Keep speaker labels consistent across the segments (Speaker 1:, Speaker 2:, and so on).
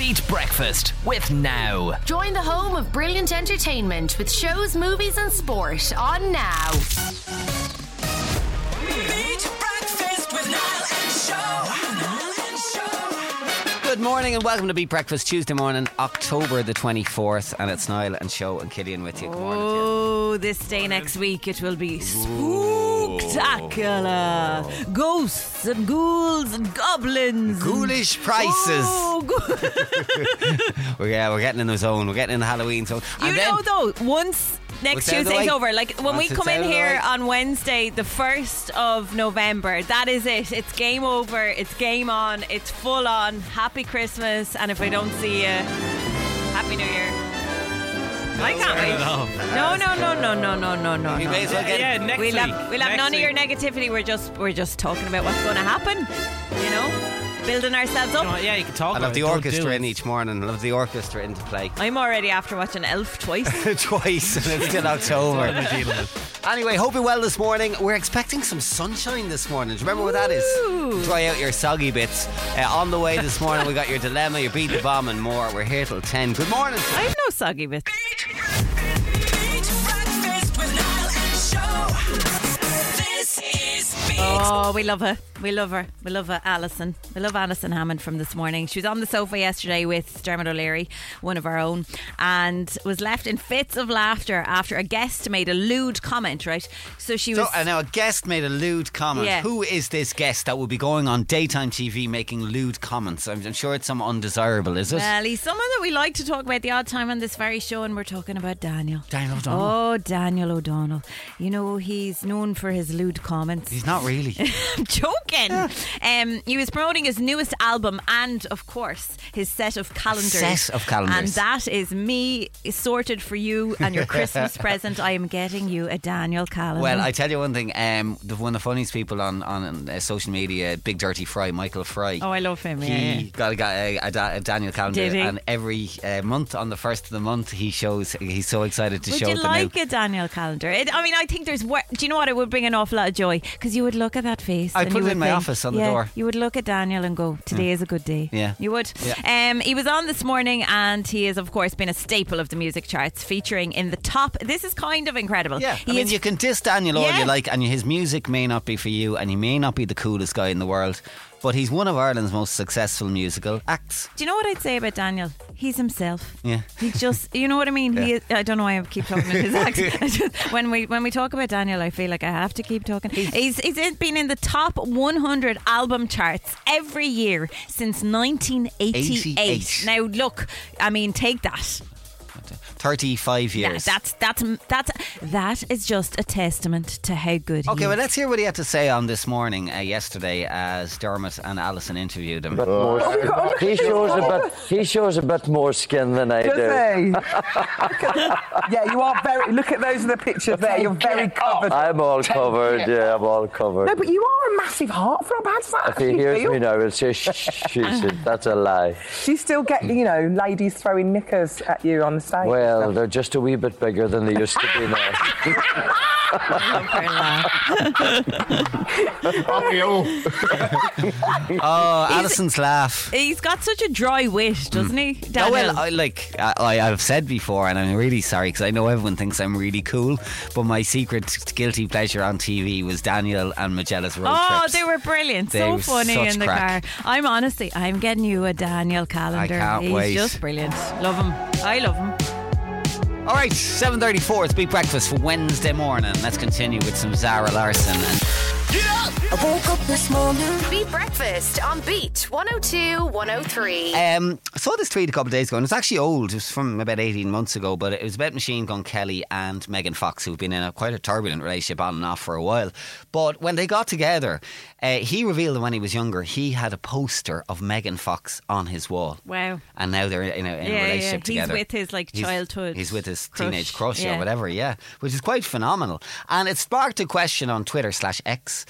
Speaker 1: Eat Breakfast with Now.
Speaker 2: Join the home of brilliant entertainment with shows, movies, and sport on Now.
Speaker 3: Beach breakfast with Niall and Show. Niall and Show.
Speaker 4: Good morning and welcome to Beat Breakfast Tuesday morning, October the 24th. And it's Niall and Show and Killian with you. Good morning. to you.
Speaker 5: Oh, this day next week it will be spectacular. Ghosts and ghouls and goblins. and-
Speaker 4: Ghoulish prices.
Speaker 5: Oh, go-
Speaker 4: We're, yeah, we're getting in the zone. We're getting in the Halloween zone.
Speaker 5: you
Speaker 4: and then,
Speaker 5: know though, once
Speaker 4: Once out
Speaker 5: next
Speaker 4: of the
Speaker 5: Tuesday's
Speaker 4: way.
Speaker 5: over, like when
Speaker 4: Once
Speaker 5: we
Speaker 4: it's
Speaker 5: come
Speaker 4: out
Speaker 5: in
Speaker 4: of the
Speaker 5: here
Speaker 4: way.
Speaker 5: on Wednesday, the first of November, that is it. It's game over. It's game on. It's full on. Happy Christmas, and if I don't see you, happy New Year. I can't wait. No, no, no, no, no, no, no, no.
Speaker 4: we
Speaker 5: no.
Speaker 4: may as well get
Speaker 6: Yeah, next
Speaker 5: we'll
Speaker 6: week.
Speaker 5: have, we'll have
Speaker 6: Next
Speaker 5: none
Speaker 6: week.
Speaker 5: of your negativity. We're just we're just talking about what's going to happen. You know, building ourselves
Speaker 6: You know
Speaker 5: up.
Speaker 6: what, Oh, Yeah, you can talk
Speaker 4: I
Speaker 6: about
Speaker 4: love
Speaker 6: it.
Speaker 4: the
Speaker 6: Don't do
Speaker 4: orchestra
Speaker 6: it.
Speaker 4: in each morning. I love the orchestra into play.
Speaker 5: I'm already after watching Elf twice.
Speaker 4: Twice and it's still October.
Speaker 6: We're dealing with
Speaker 4: Anyway, hope you're well this morning. We're expecting some sunshine this morning. Do you remember what that
Speaker 5: Ooh.
Speaker 4: is? Dry out your soggy bits. Uh, on the way this morning, we got your dilemma, your beat the bomb, and more. We're here till 10. Good morning.
Speaker 5: I have no soggy bits.
Speaker 3: Beach breakfast with Niall and Show. This is Beach.
Speaker 5: Oh, we love her. We love her. We love her, Alison. We love Alison Hammond from this morning. She was on the sofa yesterday with Dermot O'Leary, one of our own, and was left in fits of laughter after a guest made a lewd comment, right? So she
Speaker 4: So,
Speaker 5: was.
Speaker 4: and now a guest made a lewd comment.
Speaker 5: Yeah.
Speaker 4: Who is this guest that will be going on daytime TV making lewd comments? I'm, I'm sure it's some undesirable, is it?
Speaker 5: Well, he's someone that we like to talk about the odd time on this very show, and we're talking about Daniel.
Speaker 4: Daniel O'Donnell.
Speaker 5: Oh, Daniel O'Donnell. You know, he's known for his lewd comments.
Speaker 4: He's not really.
Speaker 5: I'm joking. Um, he was promoting his newest album and, of course, his set of calendars.
Speaker 4: set of calendars.
Speaker 5: And that is me sorted for you and your Christmas present. I am getting you a Daniel calendar.
Speaker 4: Well, I tell you one thing. Um, the one of the funniest people on on uh, social media, Big Dirty Fry, Michael Fry.
Speaker 5: Oh, I love him,
Speaker 4: He
Speaker 5: yeah, yeah.
Speaker 4: got, got a, a, Da- a Daniel calendar,
Speaker 5: Did he?
Speaker 4: and every uh, month on the first of the month, he shows. He's so excited to
Speaker 5: would
Speaker 4: show
Speaker 5: you
Speaker 4: the
Speaker 5: like
Speaker 4: new.
Speaker 5: a Daniel calendar? It, I mean, I think there's. wor- Do you know what? It would bring an awful lot of joy because you would look at that face.
Speaker 4: I'd
Speaker 5: and
Speaker 4: put it
Speaker 5: you would
Speaker 4: in my
Speaker 5: think-
Speaker 4: office on the
Speaker 5: yeah,
Speaker 4: door.
Speaker 5: You would look at Daniel and go, "Today is a good day."
Speaker 4: Yeah.
Speaker 5: you would.
Speaker 4: Yeah.
Speaker 5: Um, he was on this morning, and he has, of course, been a staple of the music charts, featuring in the top. This is kind of incredible.
Speaker 4: Yeah,
Speaker 5: he
Speaker 4: I mean,
Speaker 5: is
Speaker 4: you can diss Daniel all
Speaker 5: Yeah.
Speaker 4: you like, and his music may not be for you, and he may not be the coolest guy in the world, but he's one of Ireland's most successful musical acts.
Speaker 5: Do you know what I'd say about Daniel? He's himself.
Speaker 4: Yeah.
Speaker 5: He just, you know what I mean. He
Speaker 4: Yeah.
Speaker 5: is, I don't know why I keep talking about his accent. I just- when we when we talk about Daniel, I feel like I have to keep talking. He's he's in- been in the top 100 album charts every year since 1988.
Speaker 4: 88.
Speaker 5: Now look, I mean, take that.
Speaker 4: Thirty-five
Speaker 5: Yeah,
Speaker 4: years.
Speaker 5: that's that's that's that is just a testament to how good. he
Speaker 4: Okay, well,
Speaker 5: is.
Speaker 4: let's hear what he had to say on this morning, uh, yesterday, as Dermot and Alison interviewed him.
Speaker 7: more- he
Speaker 5: Oh,
Speaker 7: shows a bit. He shows a bit more skin than I do.
Speaker 8: Does he? Look at- yeah, you are very. Look at those in the picture there. You're very covered.
Speaker 7: I'm all covered.
Speaker 8: it.
Speaker 7: Yeah, I'm all covered.
Speaker 8: No, but you are a massive heartthrob. How does that
Speaker 7: if he
Speaker 8: actually
Speaker 7: hears
Speaker 8: feel?
Speaker 7: me now, he'll say, "Shh, shh, shh, shh." that's a lie."
Speaker 8: Do you still get, you know, ladies throwing knickers at you on the stage?
Speaker 7: Well, they're just a wee bit bigger than they used to be now.
Speaker 4: Oh, Alison's laugh.
Speaker 5: he's got such a dry wit, doesn't he?
Speaker 4: Oh,
Speaker 5: Daniel?
Speaker 4: well, I, like I, I- I've said before, and I'm really sorry because I know everyone thinks I'm really cool, but my secret guilty pleasure on TV was Daniel and Magella's road
Speaker 5: Oh,
Speaker 4: trips.
Speaker 5: they were brilliant.
Speaker 4: They
Speaker 5: so
Speaker 4: were
Speaker 5: funny
Speaker 4: such
Speaker 5: in the
Speaker 4: crack.
Speaker 5: car. I'm honestly, I'm getting you a Daniel calendar.
Speaker 4: can't
Speaker 5: He's
Speaker 4: wait.
Speaker 5: just brilliant. Love him. I love him.
Speaker 4: All right, 7.34, it's Big Breakfast for Wednesday morning. Let's continue with some Zara Larson. And
Speaker 2: Beat Breakfast on Beat 102 103.
Speaker 4: Um, I saw this tweet a couple of days ago, and it's actually old. It was from about 18 months ago, but it was about Machine Gun Kelly and Megan Fox, who've been in a quite a turbulent relationship on and off for a while. But when they got together, uh, he revealed that when he was younger, he had a poster of Megan Fox on his wall.
Speaker 5: Wow.
Speaker 4: And now they're in a, in a
Speaker 5: Yeah, yeah,
Speaker 4: relationship
Speaker 5: he's
Speaker 4: together.
Speaker 5: with his, like,
Speaker 4: He's-
Speaker 5: childhood
Speaker 4: He's with his
Speaker 5: crush,
Speaker 4: teenage crush
Speaker 5: yeah.
Speaker 4: or whatever, yeah, which is quite phenomenal. And it sparked a question on Twitter slash X.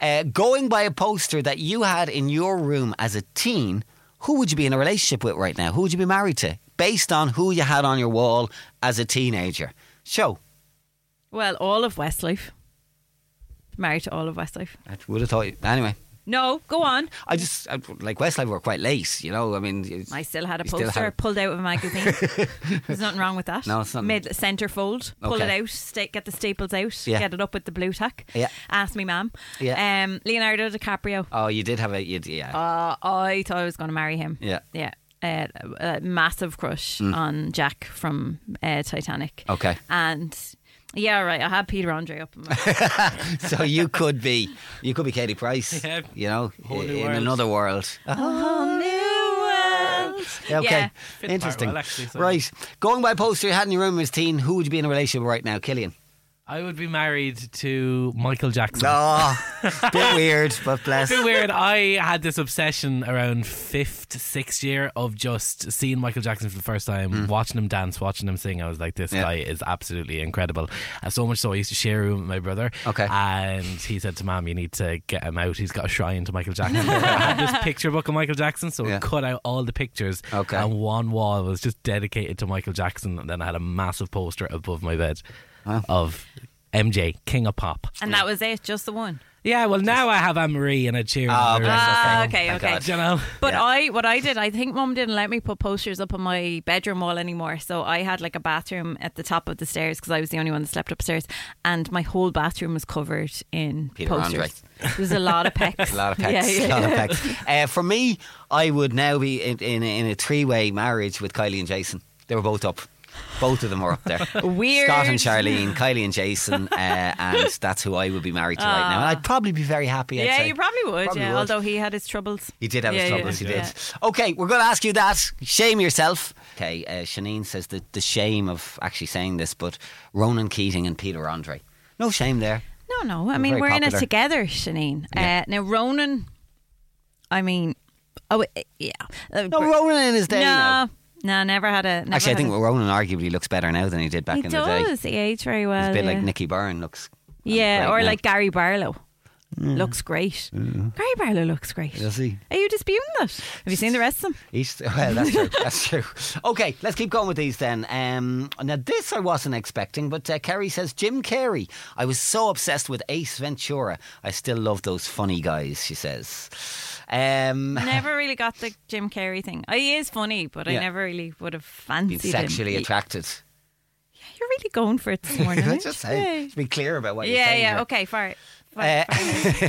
Speaker 4: Uh, going by a poster that you had in your room as a teen, who would you be in a relationship with right now? Who would you be married to? Based on who you had on your wall as a teenager. Show.
Speaker 5: Well, all of Westlife. Married to all of Westlife.
Speaker 4: I would have thought. Anyway,
Speaker 5: No, go on.
Speaker 4: I just I- like Westlife were quite late. You know, I mean, it's-
Speaker 5: I still had a
Speaker 4: you still
Speaker 5: poster
Speaker 4: have-
Speaker 5: pulled out of a magazine. There's nothing wrong with that.
Speaker 4: No, it's not-
Speaker 5: Mid centre fold, pull
Speaker 4: Okay.
Speaker 5: it out, sta get the staples out,
Speaker 4: Yeah.
Speaker 5: get it up with the blue tack.
Speaker 4: Yeah.
Speaker 5: Ask me, ma'am.
Speaker 4: Yeah.
Speaker 5: Um, Leonardo DiCaprio.
Speaker 4: oh, you did have a you, yeah.
Speaker 5: Uh, I thought I was going to marry him.
Speaker 4: Yeah. Mm.
Speaker 5: Yeah. Uh, a massive crush on Jack from uh, Titanic.
Speaker 4: Okay.
Speaker 5: And yeah, right. I had Peter Andre up. in my-
Speaker 4: so you could be you could be Katie Price.
Speaker 6: Yeah.
Speaker 4: You know,
Speaker 6: Whole
Speaker 4: in
Speaker 6: new world.
Speaker 4: another world. Okay,
Speaker 5: Yeah.
Speaker 4: interesting.
Speaker 6: well, actually, so-
Speaker 4: right, going by a poster you had in your room as teen, who would you be in a relationship with right now, Killian?
Speaker 6: I would be married to Michael Jackson.
Speaker 4: Oh, bit weird, but bless.
Speaker 6: It's a bit weird. I had this obsession around fifth, sixth year of just seeing Michael Jackson for the first time, watching him dance, watching him sing. I was like, this
Speaker 4: Hmm. Yeah.
Speaker 6: guy is absolutely incredible. Uh, so much so, I used to share a room with my brother.
Speaker 4: Okay.
Speaker 6: And he said to Mom, you need to get him out. He's got a shrine to Michael Jackson. I had this picture book of Michael Jackson. So
Speaker 4: Yeah.
Speaker 6: I cut out all the pictures.
Speaker 4: Okay.
Speaker 6: And one wall was just dedicated to Michael Jackson. And then I had a massive poster above my bed of. MJ, King of Pop.
Speaker 5: and that was it, just the one.
Speaker 6: Yeah, well, now I have Anne Marie and a cheer.
Speaker 4: Ah,
Speaker 6: on the
Speaker 4: bless
Speaker 6: rest of
Speaker 5: Ah,
Speaker 6: them.
Speaker 5: okay, okay.
Speaker 6: Do you know?
Speaker 5: But
Speaker 4: Yeah.
Speaker 5: I, what I did, I think mum didn't let me put posters up on my bedroom wall anymore. So I had like a bathroom at the top of the stairs because I was the only one that slept upstairs, and my whole bathroom was covered in
Speaker 4: Peter
Speaker 5: posters.
Speaker 4: Andre.
Speaker 5: There was a lot of pecs.
Speaker 4: A lot of pecs. A
Speaker 5: Yeah,
Speaker 4: lot
Speaker 5: yeah.
Speaker 4: of pecs. Uh, for me, I would now be in, in, in a three way marriage with Kylie and Jason. They were both up. Both of them are up there.
Speaker 5: Weird.
Speaker 4: Scott and Charlene, Kylie and Jason, uh, and that's who I would be married to
Speaker 6: Ah.
Speaker 4: right now. And I'd probably be very happy. I'd
Speaker 5: Yeah,
Speaker 4: say.
Speaker 5: you probably would.
Speaker 4: Probably
Speaker 5: yeah,
Speaker 4: would.
Speaker 5: although he had his troubles.
Speaker 4: He did have
Speaker 5: Yeah,
Speaker 4: his
Speaker 5: yeah,
Speaker 4: troubles, he
Speaker 5: yeah.
Speaker 4: did. Okay, we're going to ask you that. Shame yourself. Okay, uh, Shanine says that the shame of actually saying this, but Ronan Keating and Peter Andre. No shame there.
Speaker 5: No, no. I mean,
Speaker 4: very
Speaker 5: we're in
Speaker 4: popular.
Speaker 5: it together, Shanine. Uh, now, Ronan, I mean, oh, uh, yeah. Uh,
Speaker 4: No, Ronan in his day. now.
Speaker 5: no, no, never had a. Never
Speaker 4: Actually, I
Speaker 5: had
Speaker 4: think
Speaker 5: a,
Speaker 4: Ronan arguably looks better now than he did back
Speaker 5: he
Speaker 4: in the day.
Speaker 5: does. He aged very well.
Speaker 4: It's a bit
Speaker 5: yeah.
Speaker 4: like Nicky Byrne looks.
Speaker 5: Yeah,
Speaker 4: great
Speaker 5: or
Speaker 4: now.
Speaker 5: like Gary Barlow. Looks great. Gary Barlow looks great.
Speaker 4: Mm-hmm. Does he?
Speaker 5: Are you disputing that? Have you seen the rest of them?
Speaker 4: He's, well, that's true. That's true. Okay, let's keep going with these then. Um, now, this I wasn't expecting, but uh, Kerry says Jim Carrey. I was so obsessed with Ace Ventura. I still love those funny guys. She says. Um,
Speaker 5: Never really got the Jim Carrey thing. Oh, he is funny, but
Speaker 4: Yeah.
Speaker 5: I never really would have
Speaker 4: being
Speaker 5: fancied
Speaker 4: sexually
Speaker 5: him.
Speaker 4: attracted.
Speaker 5: You're really going for it this morning.
Speaker 4: Can I
Speaker 5: aren't
Speaker 4: just
Speaker 5: you?
Speaker 4: say, just be clear about what
Speaker 5: Yeah,
Speaker 4: you're
Speaker 5: yeah.
Speaker 4: saying. here. Uh,
Speaker 5: Okay, fire it.
Speaker 4: Eh.
Speaker 5: Fire,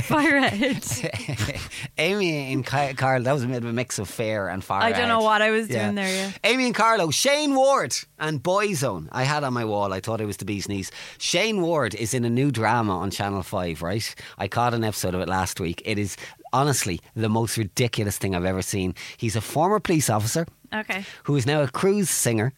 Speaker 5: fire, it.
Speaker 4: Amy and Ki- Carl, that was a bit of a mix of fair and far.
Speaker 5: I don't know
Speaker 4: out.
Speaker 5: what I was doing there, yeah.
Speaker 4: Amy and Carlo, Shane Ward and Boyzone. I had on my wall. I thought it was the bee's knees. Shane Ward is in a new drama on Channel Five. Right, I caught an episode of it last week. It is honestly the most ridiculous thing I've ever seen. He's a former police officer
Speaker 5: Okay.
Speaker 4: who is now a cruise singer,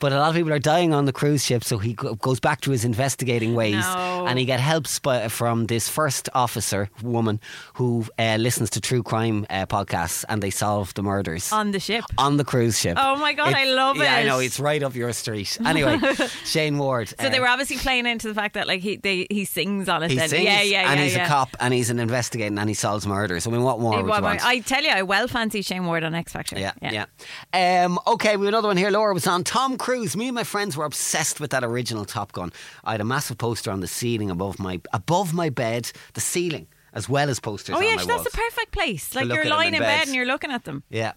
Speaker 4: but a lot of people are dying on the cruise ship, so he go- goes back to his investigating ways,
Speaker 5: No.
Speaker 4: and he get helps by, from this first officer woman who uh, listens to true crime uh, podcasts, and they solve the murders
Speaker 5: On the ship.
Speaker 4: on the cruise ship.
Speaker 5: Oh my God, I love
Speaker 4: Yeah, I
Speaker 5: it.
Speaker 4: know it's right up your street. Anyway, Shane Ward. uh,
Speaker 5: So they were obviously playing into the fact that like he they, he sings on it.
Speaker 4: He
Speaker 5: then.
Speaker 4: sings,
Speaker 5: yeah, yeah,
Speaker 4: and
Speaker 5: yeah,
Speaker 4: he's
Speaker 5: yeah.
Speaker 4: a cop, and he's an investigating, and he solves murders. I mean, what more
Speaker 5: Hey,
Speaker 4: would
Speaker 5: why-
Speaker 4: you
Speaker 5: why-
Speaker 4: want?
Speaker 5: I tell you, I well fancy Shane Ward on X Factor.
Speaker 4: Yeah, yeah. Um, okay, we have another one here. Laura was on Tom Cruise. Me and my friends were obsessed with that original Top Gun. I had a massive poster on the ceiling above my above my bed, the ceiling, as well as posters.
Speaker 5: Oh
Speaker 4: on
Speaker 5: yeah,
Speaker 4: my
Speaker 5: that's
Speaker 4: walls.
Speaker 5: the perfect place. Like
Speaker 4: look
Speaker 5: you're
Speaker 4: at 'em
Speaker 5: lying
Speaker 4: in
Speaker 5: in bed.
Speaker 4: bed.
Speaker 5: and you're looking at them.
Speaker 4: Yeah.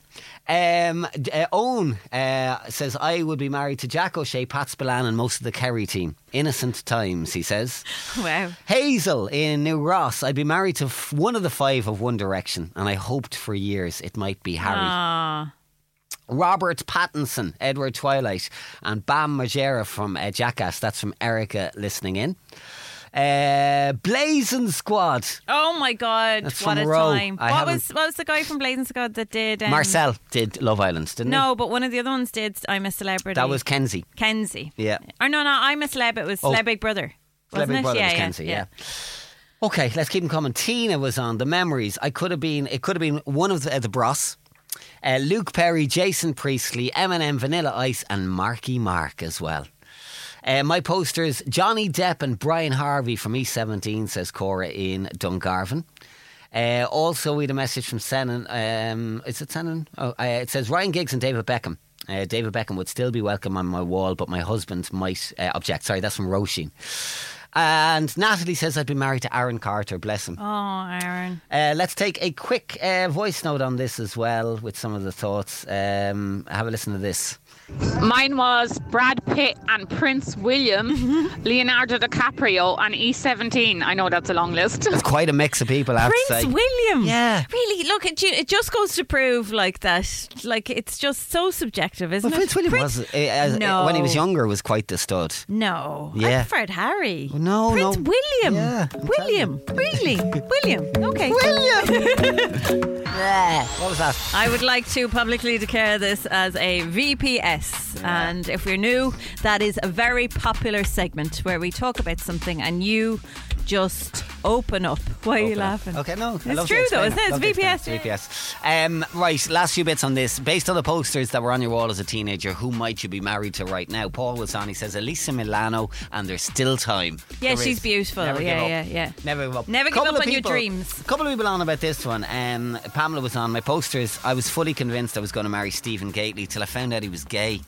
Speaker 4: Um, d- uh, Owen uh, says, I would be married to Jack O'Shea, Pat Spillane, and most of the Kerry team. Innocent times, he says.
Speaker 5: Wow.
Speaker 4: Hazel in New Ross, I'd be married to f- one of the five of One Direction, and I hoped for years it might be Harry.
Speaker 5: Ah,
Speaker 4: Robert Pattinson, Edward Twilight, and Bam Margera from uh, Jackass. That's from Erica listening in. Uh, Blazing Squad,
Speaker 5: oh my God!
Speaker 4: That's
Speaker 5: what
Speaker 4: from
Speaker 5: a
Speaker 4: Row.
Speaker 5: time.
Speaker 4: I
Speaker 5: what was what was the guy from Blazing Squad that did um,
Speaker 4: Marcel did Love Island, didn't he?
Speaker 5: No, but one of the other ones did. I'm a celebrity.
Speaker 4: That was Kenzie.
Speaker 5: Kenzie.
Speaker 4: Yeah.
Speaker 5: Or no, no, I'm a celeb. It was
Speaker 4: Oh.
Speaker 5: celeb Big Brother. Wasn't
Speaker 4: Celebrity
Speaker 5: it?
Speaker 4: Brother
Speaker 5: yeah,
Speaker 4: was
Speaker 5: yeah,
Speaker 4: Kenzie, yeah. Okay, let's keep them coming. Tina was on the memories. I could have been. It could have been one of the, uh, the Bros. Uh, Luke Perry, Jason Priestley, Eminem, Vanilla Ice, and Marky Mark as well. Uh, my posters: Johnny Depp and Brian Harvey from E17 says Cora in Dungarvan. Uh, also, we had a message from Senan. Um, is it Senan? Oh, uh, it says Ryan Giggs and David Beckham. Uh, David Beckham would still be welcome on my wall, but my husband might uh, object. Sorry, that's from Roisin. And Natalie says, I've been married to Aaron Carter, bless him.
Speaker 5: Oh, Aaron.
Speaker 4: Uh, let's take a quick uh, voice note on this as well with some of the thoughts. Um, have a listen to this.
Speaker 9: Mine was Brad Pitt and Prince William, Leonardo DiCaprio, and E17. I know that's a long list.
Speaker 4: It's quite a mix of people, I have to
Speaker 5: Prince
Speaker 4: say.
Speaker 5: William.
Speaker 4: Yeah.
Speaker 5: Really? Look, it, ju- it just goes to prove like that. Like it's just so subjective, isn't
Speaker 4: Well,
Speaker 5: it?
Speaker 4: Prince William
Speaker 5: Prince-
Speaker 4: was, uh, as,
Speaker 5: No.
Speaker 4: when he was younger, was quite the stud.
Speaker 5: No,
Speaker 4: Yeah.
Speaker 5: I preferred Harry.
Speaker 4: No,
Speaker 5: Prince
Speaker 4: no.
Speaker 5: William.
Speaker 4: Yeah, I'm
Speaker 5: William. Really? William. Okay.
Speaker 4: What was that?
Speaker 5: I would like to publicly declare this as a VPS. And if you're new, that is a very popular segment where we talk about something and you just open up. Why are you laughing?
Speaker 4: Okay, no. I
Speaker 5: It's
Speaker 4: love to
Speaker 5: true though,
Speaker 4: explain
Speaker 5: isn't it?
Speaker 4: Love to explain
Speaker 5: It's VPS.
Speaker 4: VPS. Um, right, last few bits on this. Based on the posters that were on your wall as a teenager, who might you be married to right now? Paul was on. He says Elisa Milano, and there's still time.
Speaker 5: Yeah,
Speaker 4: There
Speaker 5: she's
Speaker 4: is.
Speaker 5: beautiful.
Speaker 4: Never give
Speaker 5: Yeah,
Speaker 4: up.
Speaker 5: yeah, yeah.
Speaker 4: Never give up.
Speaker 5: Never give
Speaker 4: Couple
Speaker 5: up
Speaker 4: of
Speaker 5: on your
Speaker 4: people-
Speaker 5: dreams.
Speaker 4: Couple of people on about this one. Um, Pamela was on my posters. I was fully convinced I was going to marry Stephen Gately till I found out he was gay.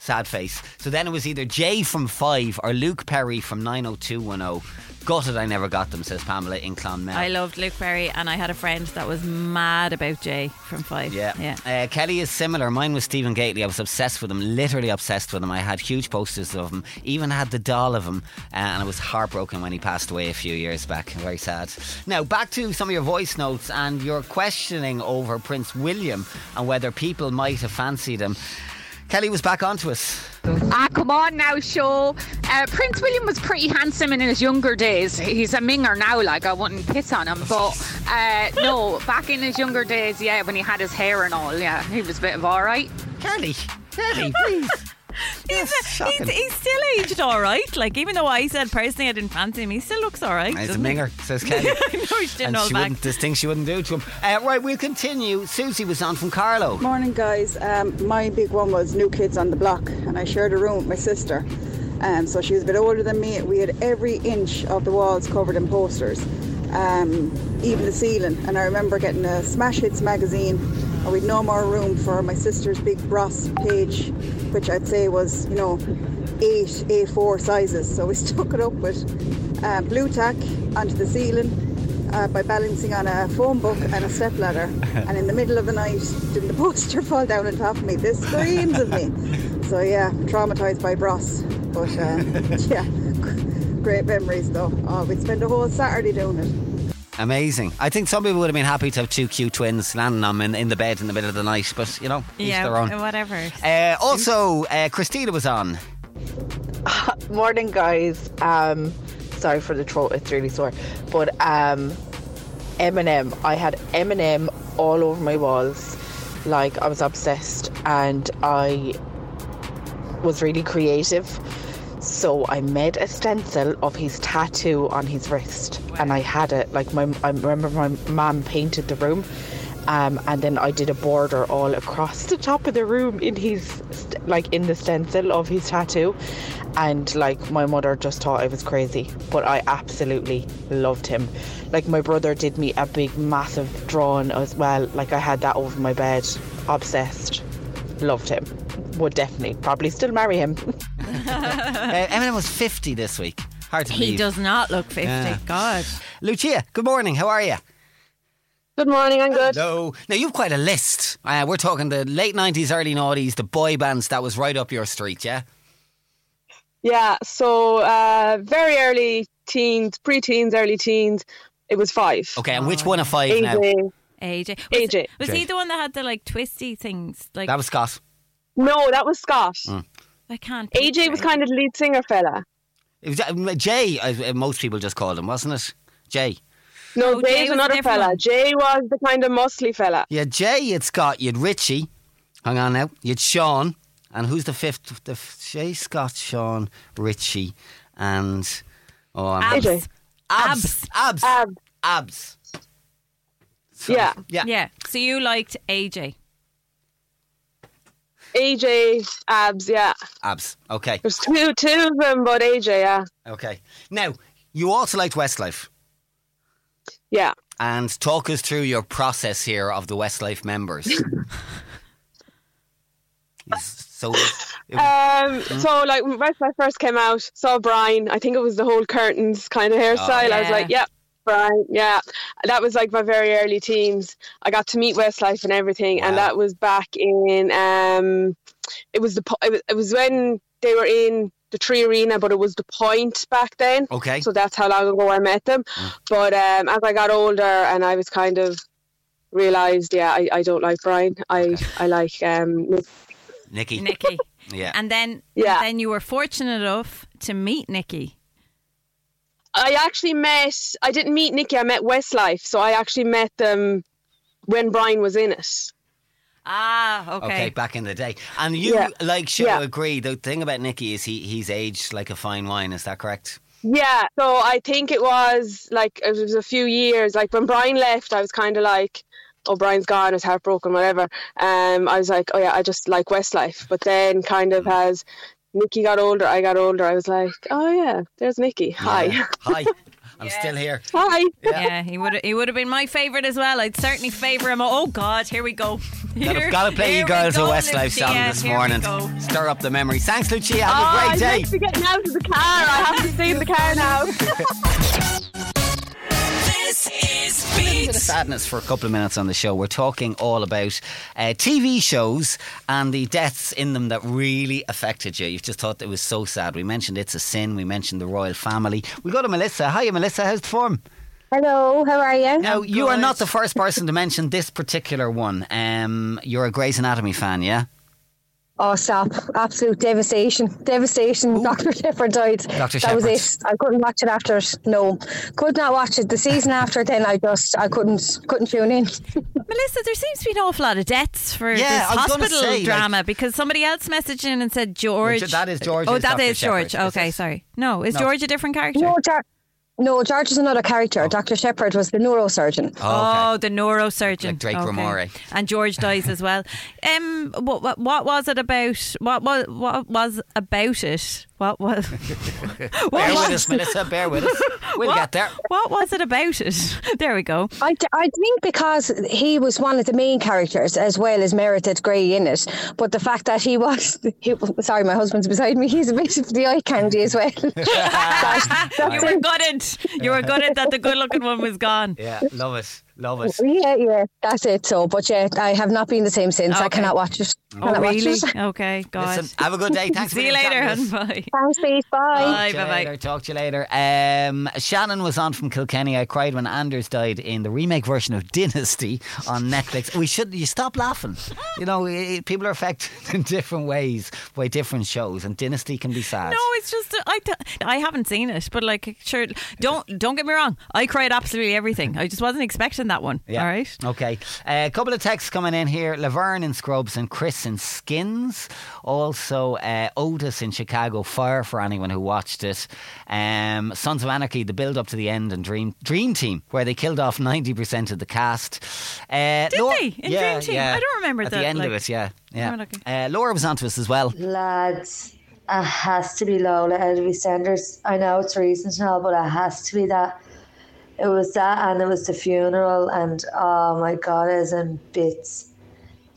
Speaker 4: Sad face. So then it was either Jay from Five or Luke Perry from 90210. Gutted I never got them, says Pamela in Clonmel.
Speaker 5: I loved Luke Perry, and I had a friend that was mad about Jay from Five.
Speaker 4: Yeah.
Speaker 5: yeah.
Speaker 4: Uh, Kelly is similar. Mine was Stephen Gately. I was obsessed with him, literally obsessed with him. I had huge posters of him, even had the doll of him, uh, and I was heartbroken when he passed away a few years back. Very sad. Now, back to some of your voice notes and your questioning over Prince William and whether people might have fancied him. Kelly was back onto us.
Speaker 9: Ah, come on now, show. Uh, Prince William was pretty handsome in his younger days. He's a minger now, like I wouldn't piss on him. But uh, no, back in his younger days, yeah, when he had his hair and all, yeah, he was a bit of all right.
Speaker 4: Kelly, Kelly, please. Yes, shocking.
Speaker 5: He's, he's still aged all right. Like, even though I said personally I didn't fancy him, he still looks all right.
Speaker 4: He's a
Speaker 5: doesn't he?
Speaker 4: minger, says Kelly.
Speaker 5: no, he didn't
Speaker 4: and
Speaker 5: hold
Speaker 4: she
Speaker 5: back.
Speaker 4: wouldn't, there's things she wouldn't do to him. Uh, right, we'll continue. Susie was on from Carlo.
Speaker 10: Morning, guys. Um, my big one was New Kids on the Block, and I shared a room with my sister. Um, so she was a bit older than me. We had every inch of the walls covered in posters, um, even the ceiling. And I remember getting a Smash Hits magazine, and we'd no more room for my sister's big brass page, which I'd say was, you know, eight A4 sizes. So we stuck it up with uh, blue tack onto the ceiling, uh, by balancing on a phone book and a stepladder. and in the middle of the night, did the poster fall down on top of me? This screams of me. So yeah, traumatized by Bros. But uh, yeah, great memories though. Oh, we'd spend a whole Saturday doing it.
Speaker 4: Amazing. I think some people would have been happy to have two cute twins landing on them in, in the bed in the middle of the night, but you know, each
Speaker 5: yeah,
Speaker 4: their own.
Speaker 5: whatever.
Speaker 4: Uh, also, uh, Christina was on.
Speaker 11: Morning, guys. Um, sorry for the throat; it's really sore. But um, Eminem, I had Eminem all over my walls. Like I was obsessed, and I was really creative. So I made a stencil of his tattoo on his wrist, and I had it. Like my, I remember my mom painted the room, um, and then I did a border all across the top of the room in his, st- like in the stencil of his tattoo, and like my mother just thought I was crazy, but I absolutely loved him. Like my brother did me a big, massive drawing as well. Like I had that over my bed, obsessed, loved him. Would definitely, probably still marry him.
Speaker 4: Uh, Eminem was 50 this week. Hard to believe.
Speaker 5: He does not look 50.
Speaker 4: Yeah.
Speaker 5: God.
Speaker 4: Lucia, good morning. How are you?
Speaker 11: Good morning, I'm good.
Speaker 4: Hello. Now, you've quite a list. Uh, we're talking the late 90s, early 90s, the boy bands that was right up your street, yeah?
Speaker 11: Yeah, so uh, very early teens, pre-teens, early teens, it was five.
Speaker 4: Okay, and which one of five now?
Speaker 11: AJ.
Speaker 5: AJ. Was,
Speaker 11: AJ.
Speaker 5: Was
Speaker 4: Okay.
Speaker 5: he the one that had the like twisty things? Like,
Speaker 4: That was Scott. Mm.
Speaker 11: No, that was Scott.
Speaker 5: I can't.
Speaker 11: AJ was kind of the lead singer fella.
Speaker 4: It was, uh, Jay, uh, most people just called him, wasn't it? Jay.
Speaker 11: No,
Speaker 5: No, Jay
Speaker 11: Jay
Speaker 5: was
Speaker 11: was
Speaker 5: a
Speaker 11: another
Speaker 5: different
Speaker 11: fella.
Speaker 5: one.
Speaker 11: Jay was the kind of muscly fella.
Speaker 4: Yeah, Jay, you'd Scott, you'd Richie. Hang on now. You'd Sean. And who's the fifth? The f- Jay, Scott, Sean, Richie, and. Oh, I'm
Speaker 5: Abs.
Speaker 11: AJ.
Speaker 4: abs. Abs.
Speaker 11: Ab.
Speaker 4: Abs. So-
Speaker 11: Yeah.
Speaker 4: Yeah.
Speaker 5: Yeah. So you liked AJ.
Speaker 11: AJ, abs, yeah.
Speaker 4: Abs. Okay.
Speaker 11: There's two, two of them, but AJ, yeah.
Speaker 4: Okay. Now, you also liked Westlife.
Speaker 11: Yeah.
Speaker 4: And talk us through your process here of the Westlife members. So it
Speaker 11: Uh,
Speaker 12: Um, So, like, when I first came out, saw Brian. I think it was the whole curtains kind of hairstyle. I was
Speaker 13: yeah.
Speaker 12: like, yep, Brian, yeah. That was like my very early teens. I got to meet Westlife and everything, and that was back in. Um, it was the po- it was, it was when they were in the Tree Arena, but it was the Point back then.
Speaker 3: Okay.
Speaker 12: So that's how long ago I met them. But um, as I got older, and I was kind of realized, yeah, I, I don't like Brian. I I like um. Nick.
Speaker 4: Nikki.
Speaker 5: Nikki.
Speaker 4: Yeah.
Speaker 5: And then
Speaker 12: Yeah.
Speaker 5: then you were fortunate enough to meet Nikki.
Speaker 12: I actually met. I didn't meet Nikki. I met Westlife. So I actually met them when Brian was in it.
Speaker 5: Ah,
Speaker 4: Okay. back in the day. And you,
Speaker 12: Yeah.
Speaker 4: like, should
Speaker 12: Yeah.
Speaker 4: agree. The thing about Nicky is he he's aged like a fine wine. Is that correct?
Speaker 12: Yeah. So I think it was like it was a few years. Like when Brian left, I was kind of like, "Oh, Brian's gone. I was heartbroken, whatever." Um, I was like, "Oh yeah, I just like Westlife." But then, kind of as Nikki got older, I got older. I was like, "Oh yeah, there's Nikki. Hi,
Speaker 4: Hi. I'm still here.
Speaker 12: hi."
Speaker 5: Yeah, he would he would have been my favourite as well. I'd certainly favour him. Oh God, here we go. Here-
Speaker 4: Gotta, gotta play
Speaker 5: here
Speaker 4: you
Speaker 5: we
Speaker 4: girls a
Speaker 5: go,
Speaker 4: Westlife song
Speaker 5: Lucia.
Speaker 4: this
Speaker 5: Here we
Speaker 4: morning.
Speaker 5: go. Oh,
Speaker 4: Stir up the memories. Thanks, Lucia. Have a great day.
Speaker 12: be getting out of the car. I have to stay in the car now.
Speaker 3: This is
Speaker 4: bit of
Speaker 3: Beats.
Speaker 4: sadness for a couple of minutes on the show. We're talking all about uh, TV shows and the deaths in them that really affected you. You've just thought it was so sad. We mentioned It's a Sin. We mentioned the Royal Family. We go to Melissa. Hiya, Melissa. How's the form?
Speaker 14: Hello, how are you?
Speaker 4: Now, you are not the first person to mention this particular one. Um, you're a Grey's Anatomy fan, yeah?
Speaker 14: Oh, stop. Absolute devastation. Devastation. Dr. Shepherd died.
Speaker 4: Dr.
Speaker 14: That was
Speaker 4: Shepherd.
Speaker 14: it. I couldn't watch it after it. No. Could not watch it. The season after it, then I just, I couldn't, couldn't tune in.
Speaker 5: Melissa, there seems to be an awful lot of deaths for
Speaker 14: Yeah,
Speaker 5: this
Speaker 14: I was gonna
Speaker 5: hospital
Speaker 14: say, like-
Speaker 5: drama because somebody else messaged in and said George.
Speaker 14: Well, that is George
Speaker 5: Oh,
Speaker 14: is
Speaker 5: that
Speaker 14: Dr.
Speaker 5: is George.
Speaker 14: Shepherd, is
Speaker 5: okay, sorry. No, is
Speaker 14: No.
Speaker 5: George a different character?
Speaker 14: No, George, no, George is another character. Dr. Shepherd was the neurosurgeon.
Speaker 5: Oh, the neurosurgeon,
Speaker 14: Like Drake
Speaker 5: Okay.
Speaker 14: Ramore.
Speaker 5: and George dies as well. Um, what, what what was it about? What was what was about it? What was
Speaker 4: bear
Speaker 5: was-
Speaker 4: with us, Melissa. Bear with us. We'll
Speaker 5: What-
Speaker 4: get there.
Speaker 5: What was it about it? There we go.
Speaker 14: I, d- I think because he was one of the main characters as well as Meredith Grey in it, but the fact that he was, he, sorry, my husband's beside me, he's a bit of the eye candy as well.
Speaker 5: you were gutted. You were gutted that the good-looking one was gone.
Speaker 4: Yeah, love it. Love it.
Speaker 14: Yeah, yeah, that's it. So, but yeah, I have not been the same since. I
Speaker 5: Okay.
Speaker 14: cannot watch it.
Speaker 5: Oh,
Speaker 14: Cannot watch
Speaker 5: really?
Speaker 14: it.
Speaker 5: Okay, God.
Speaker 4: Listen, have a good day. Thanks for
Speaker 5: See you
Speaker 4: being
Speaker 5: later,
Speaker 4: chatting with
Speaker 5: and
Speaker 4: us.
Speaker 5: bye.
Speaker 14: Thanks, Pete.
Speaker 5: Bye,
Speaker 14: Bye.
Speaker 5: bye,
Speaker 4: bye. Talk to you later. Um, Shannon was on from Kilkenny. I cried when Anders died in the remake version of Dynasty on Netflix. We should you stop laughing. You know, i- i- people are affected in different ways by different shows, and Dynasty can be sad.
Speaker 5: No, it's just I. Th- I haven't seen it, but like, sure. Don't don't get me wrong. I cried absolutely everything. I just wasn't expecting that one.
Speaker 4: Yeah.
Speaker 5: All right.
Speaker 4: Okay. A couple of texts coming in here. Laverne in Scrubs and Chris in Skins. Also, uh, Otis in Chicago Fire for anyone who watched it. Um, Sons of Anarchy, the build up to the end, and Dream Dream Team, where they killed off 90% of the cast. Uh,
Speaker 5: Did they? In Dream Team? I don't remember
Speaker 4: At
Speaker 5: that,
Speaker 4: the end
Speaker 5: like-
Speaker 4: of it, yeah. yeah.
Speaker 5: Right,
Speaker 4: Uh, Laura was onto us as well.
Speaker 15: Lads, it has to be Lola Elvis Sanders. I know it's recent and all, but it has to be that. It was that, and it was the funeral, and oh my god, it is in bits.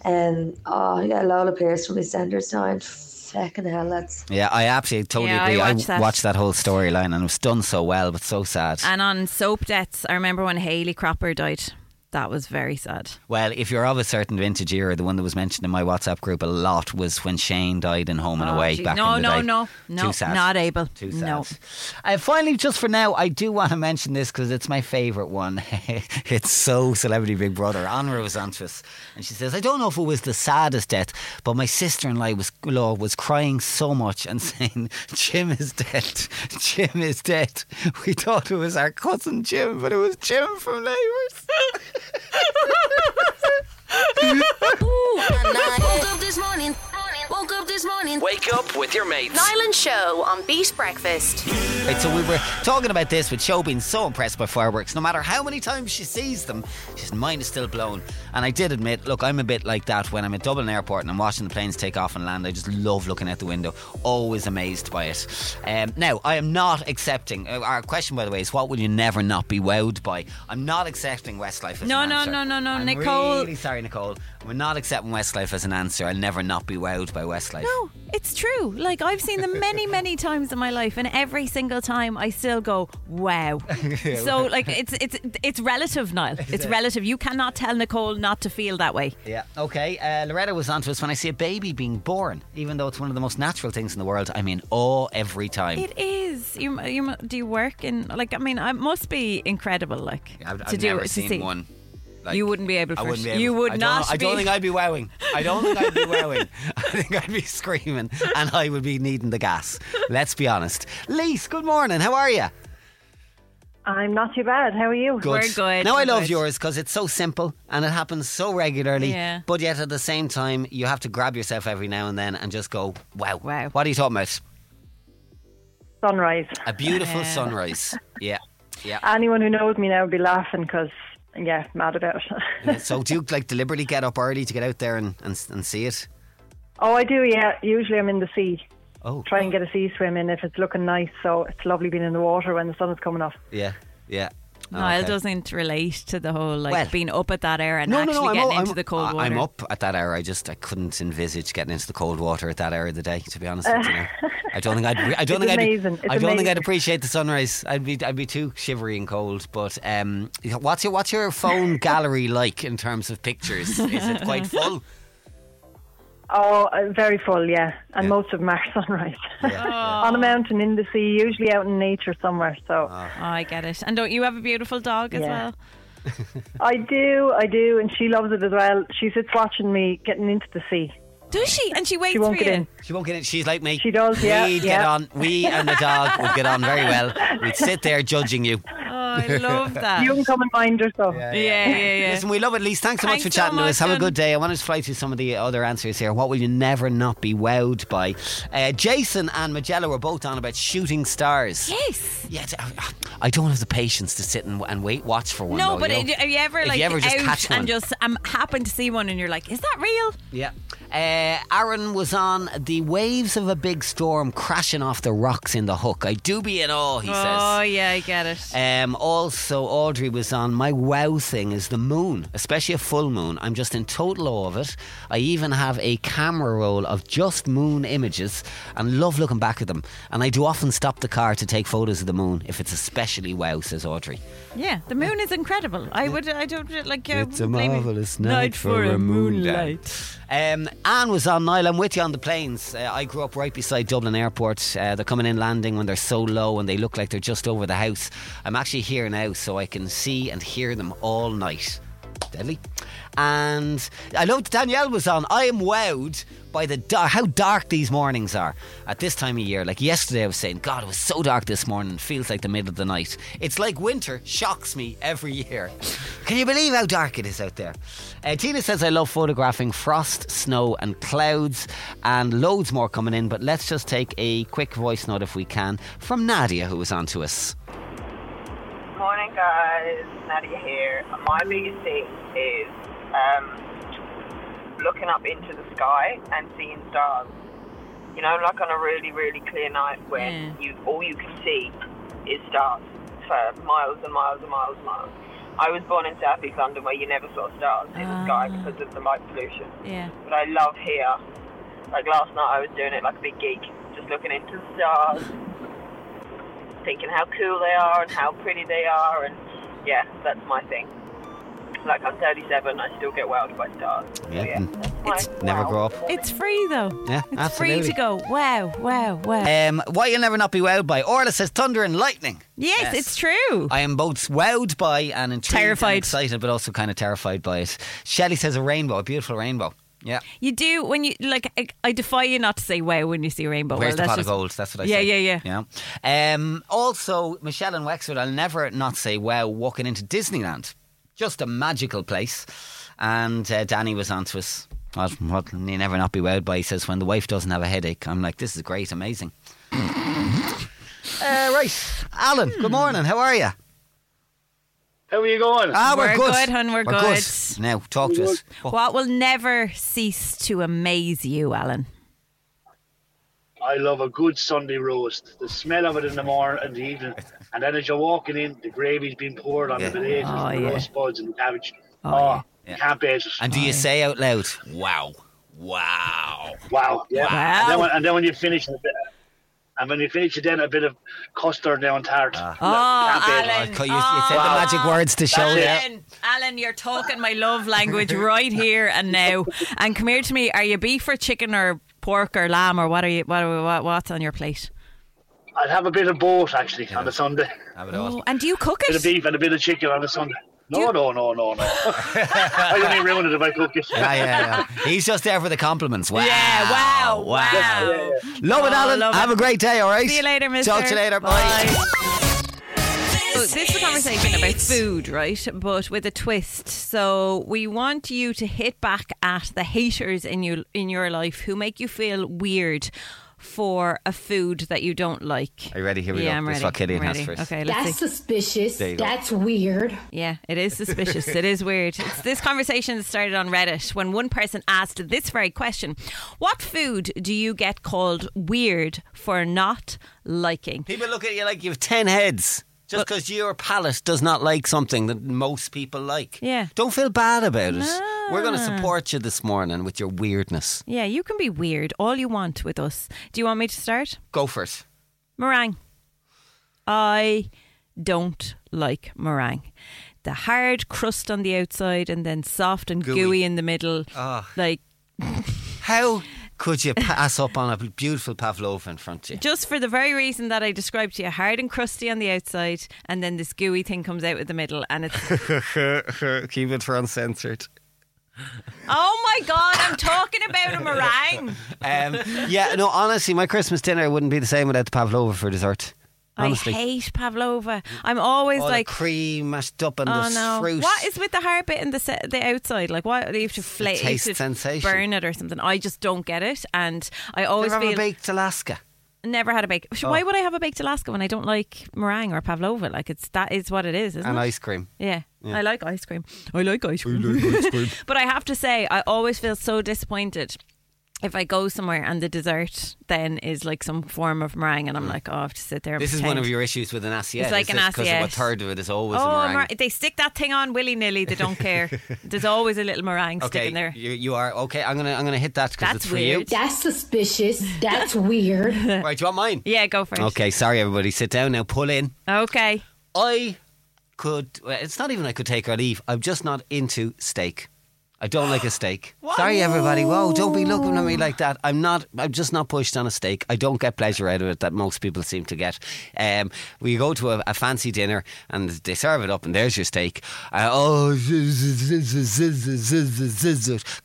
Speaker 15: And oh yeah, Lola Pierce from EastEnders now, and fucking hell, lads.
Speaker 4: Yeah, I absolutely totally
Speaker 5: Yeah, I
Speaker 4: agree.
Speaker 5: watched that.
Speaker 4: watched that whole storyline and it was done so well, but so sad.
Speaker 5: And on soap deaths, I remember when Haley Cropper died. That was very sad.
Speaker 4: Well, if you're of a certain vintage era, the one that was mentioned in my WhatsApp group a lot was when Shane died in Home and
Speaker 5: Oh,
Speaker 4: Away
Speaker 5: gee.
Speaker 4: back
Speaker 5: no,
Speaker 4: in the
Speaker 5: no,
Speaker 4: day.
Speaker 5: no, no,
Speaker 4: Too sad.
Speaker 5: not able.
Speaker 4: Too sad.
Speaker 5: no.
Speaker 4: Uh, finally, just for now, I do want to mention this because it's my favourite one. it's so Celebrity Big Brother. Anra was on to us, and she says, "I don't know if it was the saddest death, but my sister-in-law was, law was crying so much and saying, Jim is dead. Jim is dead. We thought it was our cousin Jim, but it was Jim from Neighbours."
Speaker 2: Woke up this morning. Woke up this morning.
Speaker 1: Wake up with your mates.
Speaker 2: Nyland Show on Beat Breakfast.
Speaker 4: Right, so we were talking about this with Cho being so impressed by fireworks. No matter how many times she sees them, she's mine is still blown. And I did admit, look, I'm a bit like that when I'm at Dublin Airport and I'm watching the planes take off and land. I just love looking out the window, always amazed by it. Um, now, I am not accepting. uh, Our question, by the way, is what will you never not be wowed by? I'm not accepting Westlife as
Speaker 5: No,
Speaker 4: an
Speaker 5: no,
Speaker 4: answer.
Speaker 5: no, no, no,
Speaker 4: I'm
Speaker 5: Nicole.
Speaker 4: Really sorry, Nicole. We're not accepting Westlife as an answer. I'll never not be wowed by Westlife.
Speaker 5: No, it's true. Like I've seen them many, many times in my life, and every single time I still go, "Wow!" so like it's it's it's relative, Niall. It's relative. You cannot tell Nicole not to feel that way.
Speaker 4: Yeah. Okay. Uh, Loretta was onto us when I see a baby being born, even though it's one of the most natural things in the world. I'm in awe every time.
Speaker 5: It is. You, you mu- do you work in like I mean, it must be incredible. Like
Speaker 4: I've,
Speaker 5: to
Speaker 4: I've
Speaker 5: do
Speaker 4: never
Speaker 5: to
Speaker 4: seen
Speaker 5: see.
Speaker 4: one.
Speaker 5: You wouldn't be able
Speaker 4: I
Speaker 5: for
Speaker 4: wouldn't be
Speaker 5: it.
Speaker 4: able-
Speaker 5: You would
Speaker 4: I don't-
Speaker 5: not
Speaker 4: I don't
Speaker 5: be-
Speaker 4: think I'd be wowing. I don't think I'd be wowing. I think I'd be screaming, and I would be needing the gas. Let's be honest. Lise, good morning. How are you?
Speaker 13: I'm not too bad. How are you?
Speaker 4: Now I love yours because it's so simple and it happens so regularly.
Speaker 13: Yeah.
Speaker 4: But yet at the same time, you have to grab yourself every now and then and just go, "Wow, wow." What are you talking about?
Speaker 13: Sunrise.
Speaker 4: A
Speaker 5: Um,
Speaker 4: beautiful sunrise. Yeah, yeah.
Speaker 13: Anyone who knows me now would be laughing because, yeah, mad about it.
Speaker 4: Yeah, so do you like deliberately get up early to get out there and, and, and see it?
Speaker 13: oh, I do, yeah. Usually I'm in the sea.
Speaker 4: Oh.
Speaker 13: Try and get a sea swim in if it's looking nice. So it's lovely being in the water when the sun is coming up.
Speaker 4: Yeah, yeah.
Speaker 5: Niall
Speaker 4: Okay.
Speaker 5: doesn't relate to the whole like
Speaker 4: Well-
Speaker 5: being up at that hour and
Speaker 4: no,
Speaker 5: actually
Speaker 4: no, no, I'm
Speaker 5: getting
Speaker 4: up,
Speaker 5: into
Speaker 4: I'm,
Speaker 5: the cold water.
Speaker 4: I- I'm up at that hour. I just I couldn't envisage getting into the cold water at that hour of the day. To be honest, with you now. I don't think I'd. re- I don't
Speaker 13: It's
Speaker 4: think
Speaker 13: amazing.
Speaker 4: I'd.
Speaker 13: It's
Speaker 4: I don't think I'd
Speaker 13: amazing.
Speaker 4: appreciate the sunrise. I'd be. I'd be too shivery and cold. But um, what's your what's your phone gallery like in terms of pictures? Is it quite full?
Speaker 13: Oh, uh, very full, yeah. And most of them are sunrise. On a mountain in the sea, usually out in nature somewhere. So
Speaker 4: Ah.
Speaker 5: Oh, I get it. And don't you have a beautiful dog as
Speaker 13: Yeah.
Speaker 5: well?
Speaker 13: I do, I do. And she loves it as well. She sits watching me getting into the sea.
Speaker 5: Does she? And she waits
Speaker 13: She won't
Speaker 5: for
Speaker 13: get
Speaker 5: you.
Speaker 13: in.
Speaker 4: She won't get in. She's like me.
Speaker 13: She does. Yeah.
Speaker 4: We'd
Speaker 13: yeah.
Speaker 4: get on. We and the dog would get on very well. We'd sit there judging you.
Speaker 5: Oh, I love that.
Speaker 13: You can come and mind yourself.
Speaker 5: yeah, yeah, yeah.
Speaker 4: Listen, we love it, Lise. Thanks so much
Speaker 5: Thanks
Speaker 4: for
Speaker 5: so
Speaker 4: chatting to us.
Speaker 5: much,
Speaker 4: Have a
Speaker 5: and-
Speaker 4: good day. I wanted to fly through some of the other answers here. What will you never not be wowed by? Uh, Jason and Magella were both on about shooting stars.
Speaker 5: Yes.
Speaker 4: Yes. I don't have the patience to sit and, and wait, watch for one.
Speaker 5: No,
Speaker 4: though,
Speaker 5: but
Speaker 4: oh, you know?
Speaker 5: have you ever
Speaker 4: If
Speaker 5: like
Speaker 4: you ever just
Speaker 5: out
Speaker 4: catch one.
Speaker 5: and just um, happen to see one and you're like, is that real?
Speaker 4: Yeah. Uh, Aaron was on the waves of a big storm crashing off the rocks in the hook. I do be in awe, he says.
Speaker 5: Oh yeah, I get it.
Speaker 4: Um, also, Audrey was on. My wow thing is the moon, especially a full moon. I'm just in total awe of it. I even have a camera roll of just moon images and love looking back at them. And I do often stop the car to take photos of the moon if it's especially wow, says Audrey.
Speaker 5: Yeah, the moon is incredible. I would, I don't like. I
Speaker 4: It's a
Speaker 5: wouldn't blame you.
Speaker 4: marvellous night, for, a moonlight. Um, Anne was on Nile. I'm with you on the planes. Uh, I grew up right beside Dublin Airport. Uh, they're coming in landing when they're so low and they look like they're just over the house. I'm actually here now, so I can see and hear them all night. Deadly. And I loved Danielle was on. I am wowed by the dar- how dark these mornings are at this time of year. Like yesterday, I was saying, God, it was so dark this morning. It feels like the middle of the night. It's like winter shocks me every year. Can you believe how dark it is out there? Uh, Tina says, I love photographing frost, snow, and clouds, and loads more coming in. But let's just take a quick voice note if we can from Nadia, who was on to us.
Speaker 16: Morning, guys. Nadia here. My biggest thing is um, looking up into the sky and seeing stars. You know, like on a really, really clear night when you all you can see is stars for miles and miles and miles and miles. I was born in South East London where you never saw stars in the sky because of the light pollution.
Speaker 5: Yeah.
Speaker 16: But I love here. Like last night, I was doing it like a big geek, just looking into the stars, thinking how cool they are and how pretty they are, and yeah, that's my thing. Like I'm 37, I still get wowed by stars.
Speaker 5: Oh,
Speaker 4: Yeah, and
Speaker 16: It's
Speaker 4: never grow up.
Speaker 5: It's free though.
Speaker 4: Yeah,
Speaker 5: it's
Speaker 4: absolutely.
Speaker 5: free to go. Wow, wow, wow.
Speaker 4: Um, why you'll never not be wowed by Orla says thunder and lightning.
Speaker 5: Yes, it's true.
Speaker 4: I am both wowed by and intrigued terrified, and excited, but also kind of terrified by it. Shelley says a rainbow, a beautiful rainbow. Yeah,
Speaker 5: You do when you like. I, I defy you not to say wow when you see a rainbow.
Speaker 4: where's
Speaker 5: well,
Speaker 4: the
Speaker 5: that's
Speaker 4: pot
Speaker 5: just-
Speaker 4: of gold? That's what I
Speaker 5: yeah,
Speaker 4: say.
Speaker 5: Yeah, yeah,
Speaker 4: yeah, yeah. Um, also, Michelle and Wexford, I'll never not say wow walking into Disneyland. Just a magical place. And uh, Danny was on to us. What, what you never not be wowed by. He says when the wife doesn't have a headache. I'm like, this is great, amazing. Uh, right, Alan. Good morning. How are you?
Speaker 17: How are you going?
Speaker 4: Ah, we're,
Speaker 5: We're
Speaker 4: good.
Speaker 5: good, hun, we're good.
Speaker 4: Now talk to us.
Speaker 5: What will never cease to amaze you, Alan?
Speaker 17: I love a good Sunday roast. The smell of it in the morning and the evening, and then as you're walking in, the gravy's been poured on
Speaker 4: Yeah.
Speaker 17: the potatoes,
Speaker 4: Oh,
Speaker 17: the
Speaker 4: yeah.
Speaker 17: roast buds, and the cabbage.
Speaker 4: Oh,
Speaker 17: Oh, you can't beat it.
Speaker 4: And do you say out loud, "Wow,
Speaker 18: Wow.
Speaker 17: Wow. Yeah. And, then when, and then when you finish, a bit, and when you finish it, then a bit of custard down tart.
Speaker 4: Uh-huh.
Speaker 5: Oh,
Speaker 17: Can't beat it.
Speaker 5: Alan.
Speaker 4: You, you said
Speaker 5: Oh.
Speaker 4: the magic words to show yeah.
Speaker 5: Alan, Alan, you're talking my love language right here and now. And come here to me. Are you beef or chicken or pork or lamb or what are you? What, are- what what's on your plate?
Speaker 17: I'd have a bit of both actually on a Sunday.
Speaker 18: Have
Speaker 5: Oh, and do you cook it?
Speaker 17: bit of beef and a bit of chicken on a Sunday. No, no, no, no, no. I only ruin it if I cook it.
Speaker 4: Yeah, yeah, yeah. He's just there for the compliments. Wow.
Speaker 5: Yeah, wow,
Speaker 4: Wow. Love it,
Speaker 5: Oh,
Speaker 4: Alan.
Speaker 5: love
Speaker 4: Have
Speaker 5: it.
Speaker 4: a great day, all right?
Speaker 5: See you later, mister.
Speaker 4: Talk to you later. Bye.
Speaker 5: So this is a conversation about food, right? But with a twist. So we want you to hit back at the haters in you in your life who make you feel weird for a food that you don't like.
Speaker 4: Are you ready? Here we
Speaker 5: yeah,
Speaker 4: go.
Speaker 5: I'm
Speaker 4: This
Speaker 5: ready.
Speaker 4: is what Killian
Speaker 5: I'm
Speaker 4: has
Speaker 5: ready.
Speaker 4: first.
Speaker 5: Okay, let's
Speaker 19: That's
Speaker 5: see.
Speaker 19: suspicious.
Speaker 4: There you go.
Speaker 19: That's weird.
Speaker 5: Yeah, it is suspicious. it is weird. It's this conversation that started on Reddit when one person asked this very question What food do you get called weird for not liking?
Speaker 4: People look at you like you've 10 heads just because your palate does not like something that most people like.
Speaker 5: Yeah.
Speaker 4: Don't feel bad about it. We're going to support you this morning with your weirdness.
Speaker 5: Yeah, you can be weird all you want with us. Do you want me to start?
Speaker 4: Go for it.
Speaker 5: Meringue. I don't like meringue. The hard crust on the outside and then soft and gooey,
Speaker 4: Gooey.
Speaker 5: in the middle.
Speaker 4: Ah.
Speaker 5: Like
Speaker 4: How could you pass up on a beautiful pavlova in front of you?
Speaker 5: just for the very reason that I described to you, hard and crusty on the outside, and then this gooey thing comes out of the middle, and it's
Speaker 4: Keep it for uncensored.
Speaker 5: oh my god, I'm talking about a meringue.
Speaker 4: Um, yeah, no, honestly, my Christmas dinner wouldn't be the same without the pavlova for dessert. Honestly.
Speaker 5: I hate pavlova. I'm always
Speaker 4: All
Speaker 5: like,
Speaker 4: the cream mashed up and
Speaker 5: oh
Speaker 4: the
Speaker 5: no,
Speaker 4: fruit.
Speaker 5: what is with the hard bit and the se- the outside? Like, why do you have to flake?
Speaker 4: taste sensation.
Speaker 5: burn it or something? I just don't get it, and I always
Speaker 4: Never have a
Speaker 5: feel
Speaker 4: baked Alaska.
Speaker 5: never had a bake.
Speaker 4: Oh.
Speaker 5: Why would I have a baked Alaska when I don't like meringue or pavlova? Like, it's that is what it is, isn't
Speaker 4: and
Speaker 5: it?
Speaker 4: ice cream.
Speaker 5: Yeah.
Speaker 4: Yeah.
Speaker 5: I like ice cream. I like ice cream. but I have to say, I always feel so disappointed if I go somewhere and the dessert then is like some form of meringue, and I'm like, oh, I have to sit there. And
Speaker 4: Mm. This is one
Speaker 5: pretend.
Speaker 4: of your issues with an assiette.
Speaker 5: It's like
Speaker 4: is
Speaker 5: an
Speaker 4: Because
Speaker 5: assiette.
Speaker 4: a third of it is always
Speaker 5: oh,
Speaker 4: a meringue.
Speaker 5: mer- they stick that thing on willy nilly. They don't care. There's always a little meringue
Speaker 4: okay,
Speaker 5: sticking there.
Speaker 4: You, you are okay. I'm gonna I'm gonna hit that because
Speaker 5: That's
Speaker 4: it's for
Speaker 5: weird.
Speaker 19: That's suspicious. That's weird.
Speaker 4: you. Right, do you want mine?
Speaker 5: Yeah, go for it.
Speaker 4: Okay, sorry everybody. Sit down now. Pull in.
Speaker 5: Okay.
Speaker 4: I could. well, It's not even I could take or leave. I'm just not into steak. I don't like a steak. Sorry, everybody. Whoa, don't be looking at me like that. I'm not. I'm just not pushed on a steak. I don't get pleasure out of it that most people seem to get. Um, we go to a, a fancy dinner and they serve it up, and there's your steak. Uh, oh,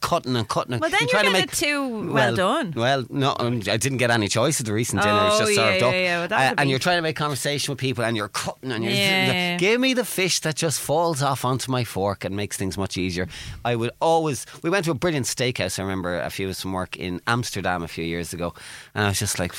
Speaker 4: cutting and cutting.
Speaker 5: Well, then
Speaker 4: I'm
Speaker 5: you
Speaker 4: trying
Speaker 5: get
Speaker 4: to
Speaker 5: it too well done.
Speaker 4: Well, no, um, I didn't get any choice at the recent dinner. it's
Speaker 5: Oh,
Speaker 4: just
Speaker 5: yeah,
Speaker 4: served
Speaker 5: yeah,
Speaker 4: up, Uh,
Speaker 5: yeah. Well, that would
Speaker 4: and
Speaker 5: be-
Speaker 4: you're trying to make conversation with people, and you're cutting and you're.
Speaker 5: Yeah, yeah, yeah.
Speaker 4: Give me the fish that just falls off onto my fork and makes things much easier. I would always. We went to a brilliant steakhouse. I remember a few of us from work in Amsterdam a few years ago, and I was just like,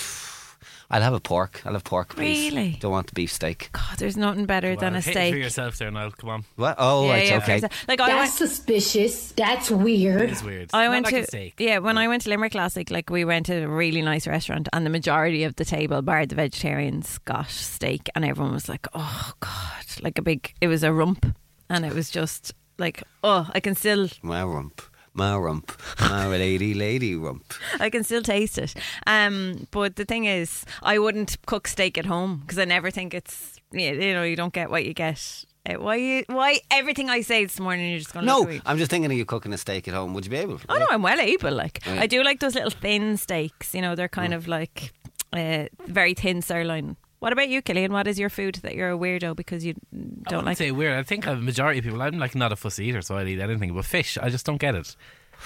Speaker 4: "I'll have a pork. I'll have pork, please.
Speaker 5: Really?
Speaker 4: Don't want the beef steak."
Speaker 5: God, Oh, there's nothing better than
Speaker 6: Well,
Speaker 5: a
Speaker 6: hit it
Speaker 5: steak.
Speaker 6: for yourself there, Niall. Come on.
Speaker 4: What? Oh, right, okay.
Speaker 5: Like I
Speaker 19: That's
Speaker 5: went-
Speaker 19: suspicious. That's weird.
Speaker 5: I went to yeah. When I went to Limerick last week, like we went to a really nice restaurant, and the majority of the table, bar the vegetarians, got steak, and everyone was like, "Oh God!" Like a big. It was a rump, and it was just like, "Oh, I can still,
Speaker 4: My rump, my rump, my lady, lady rump.
Speaker 5: I can still taste it." Um, but the thing is, I wouldn't cook steak at home because I never think it's yeah, you know you don't get what you get. Uh, Why you, why everything I say this morning you're just going
Speaker 4: No,
Speaker 5: look at me.
Speaker 4: I'm just thinking of you cooking a steak at home. Would you be able?
Speaker 5: Oh no, I'm well able. Like
Speaker 4: Right.
Speaker 5: I do like those little thin steaks. You know, they're kind of like uh, very thin sirloin. What about you, Killian? What is your food that you're a weirdo because you
Speaker 6: I
Speaker 5: don't
Speaker 6: wouldn't
Speaker 5: like?
Speaker 6: say weird. I think a majority of people. I'm like not a fussy eater, so I'd eat anything. But fish, I just don't get it.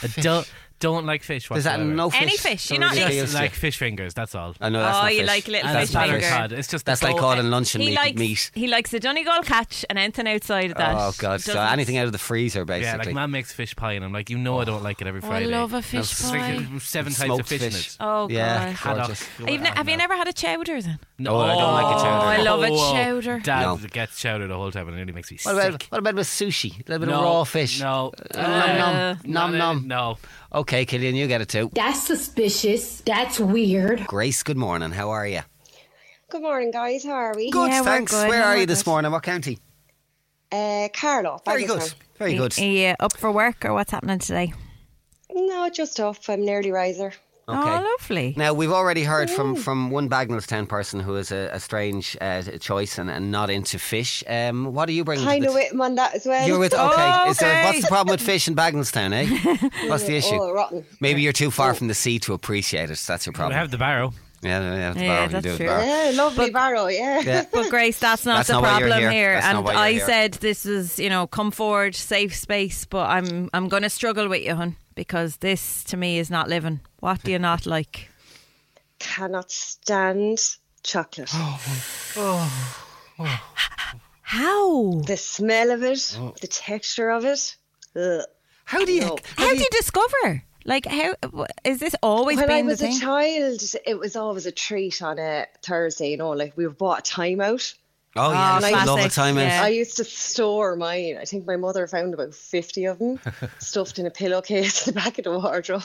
Speaker 6: I don't don't like fish.
Speaker 4: Is that
Speaker 6: Whatsoever.
Speaker 4: no fish?
Speaker 5: Any fish, you're not
Speaker 6: Just
Speaker 5: eating-
Speaker 6: like fish fingers. That's all.
Speaker 4: I know that's
Speaker 5: oh,
Speaker 4: not
Speaker 5: you
Speaker 4: fish.
Speaker 5: like little
Speaker 6: That's
Speaker 5: fish
Speaker 6: not
Speaker 5: finger.
Speaker 6: fish. God, it's just the
Speaker 4: that's like
Speaker 6: whole-
Speaker 4: calling lunch and
Speaker 5: He
Speaker 4: meat.
Speaker 5: likes
Speaker 4: meat.
Speaker 5: he likes a Donegal catch and anything outside of that.
Speaker 4: oh god, so
Speaker 5: doesn't-
Speaker 4: anything out of the freezer basically.
Speaker 6: Yeah, like man makes fish pie, and I'm like, you know, I don't like it every
Speaker 5: Oh, I
Speaker 6: Friday.
Speaker 5: love a fish
Speaker 6: There's
Speaker 5: pie.
Speaker 6: freaking Seven types of
Speaker 4: Smoked
Speaker 6: fish, in
Speaker 4: fish.
Speaker 6: it.
Speaker 5: Oh,
Speaker 4: Yeah,
Speaker 5: God.
Speaker 4: gorgeous.
Speaker 6: Haddock.
Speaker 5: You've ne- have you never had a chowder then?
Speaker 6: No,
Speaker 4: Oh,
Speaker 6: I don't like a chowder.
Speaker 5: I love a chowder.
Speaker 6: Oh, Dad
Speaker 4: No.
Speaker 6: gets chowder the whole time, and it really makes me
Speaker 4: What
Speaker 6: sick.
Speaker 4: about what about with sushi? A little bit
Speaker 6: No,
Speaker 4: of raw fish.
Speaker 6: No.
Speaker 4: Uh, nom nom nom nom.
Speaker 6: No.
Speaker 4: Okay, Killian, you get it too.
Speaker 19: That's suspicious. That's weird.
Speaker 4: Grace, good morning. How are you?
Speaker 20: Good morning, guys. How are we?
Speaker 4: Good, thanks. Where are you this morning? What county?
Speaker 20: Uh, Carlo.
Speaker 4: Very good.
Speaker 20: Baggestown.
Speaker 4: Very
Speaker 5: Are-
Speaker 4: good.
Speaker 5: uh, Are you up for work or what's happening today?
Speaker 20: No, just off. I'm an early riser.
Speaker 5: Oh, lovely.
Speaker 4: Now we've already heard from from one Bagnallstown person who is a, a strange uh, choice and, and not into fish. Um, what are you bringing?
Speaker 20: Kind
Speaker 4: to
Speaker 20: of
Speaker 4: the
Speaker 20: with him on that as well.
Speaker 4: You're with okay. Is there, what's the problem with fish in Bagnallstown, eh? What's the
Speaker 20: Yeah,
Speaker 4: issue?
Speaker 20: all Oh, rotten.
Speaker 4: Maybe you're too
Speaker 5: Oh.
Speaker 4: far from the sea to appreciate it. That's your problem.
Speaker 6: have
Speaker 4: the barrow. Yeah, yeah, yeah, the barrow. you can do it with the barrow.
Speaker 20: Yeah, lovely barrow, yeah.
Speaker 4: Yeah.
Speaker 5: But Grace, that's not
Speaker 4: That's
Speaker 5: the
Speaker 4: not why you're
Speaker 5: problem
Speaker 4: here.
Speaker 5: here.
Speaker 4: That's not
Speaker 5: And
Speaker 4: why you're
Speaker 5: I
Speaker 4: here.
Speaker 5: said this is, you know, come forward, safe space. But I'm, I'm going to struggle with you, hun, because this to me is not living. What do you not like?
Speaker 20: Cannot stand chocolate.
Speaker 5: How?
Speaker 20: The smell of it, the texture of it. Ugh.
Speaker 4: Oh. How do you?
Speaker 5: How do you discover? Like, how is this always
Speaker 20: when
Speaker 5: been
Speaker 20: I was
Speaker 5: the thing?
Speaker 20: a child, it was always a treat on a Thursday, you know, like we were bought a timeout.
Speaker 4: Oh, yeah,
Speaker 5: Ah,
Speaker 20: And
Speaker 4: I used to love a
Speaker 20: used-
Speaker 4: timeout.
Speaker 20: I used to store mine. I think my mother found about 50 of them stuffed in a pillowcase in the back of the wardrobe.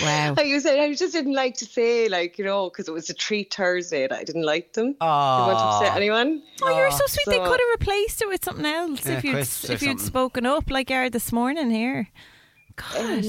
Speaker 5: wow.
Speaker 20: I used to, I just didn't like to say, like, you know, because it was a treat Thursday that I didn't like them. I won't
Speaker 5: Aw.
Speaker 20: upset anyone.
Speaker 5: Oh, you're so sweet. they
Speaker 20: So-
Speaker 5: could have replaced it with something else
Speaker 20: Yeah,
Speaker 5: if youuld
Speaker 20: crisps or
Speaker 5: if you'd
Speaker 20: something.
Speaker 5: spoken up like you are this morning here. God.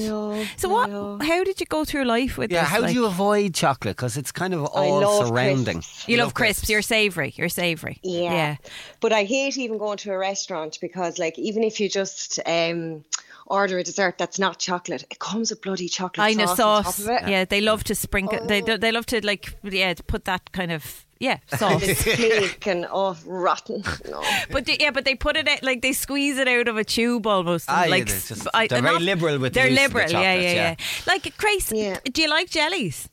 Speaker 5: so what? How did you go through life with
Speaker 4: Yeah,
Speaker 5: this?
Speaker 4: how
Speaker 5: like-
Speaker 4: do you avoid chocolate? Because it's kind of
Speaker 20: I
Speaker 4: all
Speaker 20: love
Speaker 4: surrounding.
Speaker 5: You love crisps. You're savoury. You're savoury.
Speaker 20: Yeah.
Speaker 5: Yeah.
Speaker 20: But I hate even going to a restaurant because, like, even if you just um, order a dessert that's not chocolate, it comes with bloody chocolate
Speaker 5: I know
Speaker 20: sauce.
Speaker 5: sauce.
Speaker 20: On top of it.
Speaker 5: Yeah, they love to sprinkle. They
Speaker 4: Oh.
Speaker 5: do- they love to like yeah put that kind of yeah
Speaker 20: And
Speaker 5: sauce.
Speaker 20: it's cake and oh, rotten. No.
Speaker 5: but they, yeah, but they put it out, like they squeeze it out of a tube almost. And,
Speaker 4: Ah, yeah,
Speaker 5: like
Speaker 4: they're just-
Speaker 5: sp- I-
Speaker 4: they're
Speaker 5: and
Speaker 4: very
Speaker 5: not-
Speaker 4: liberal with the
Speaker 5: They're
Speaker 4: use of the
Speaker 5: liberal. yeah,
Speaker 4: chocolate,
Speaker 5: yeah,
Speaker 4: yeah.
Speaker 5: yeah. Like Grace, do you like jellies?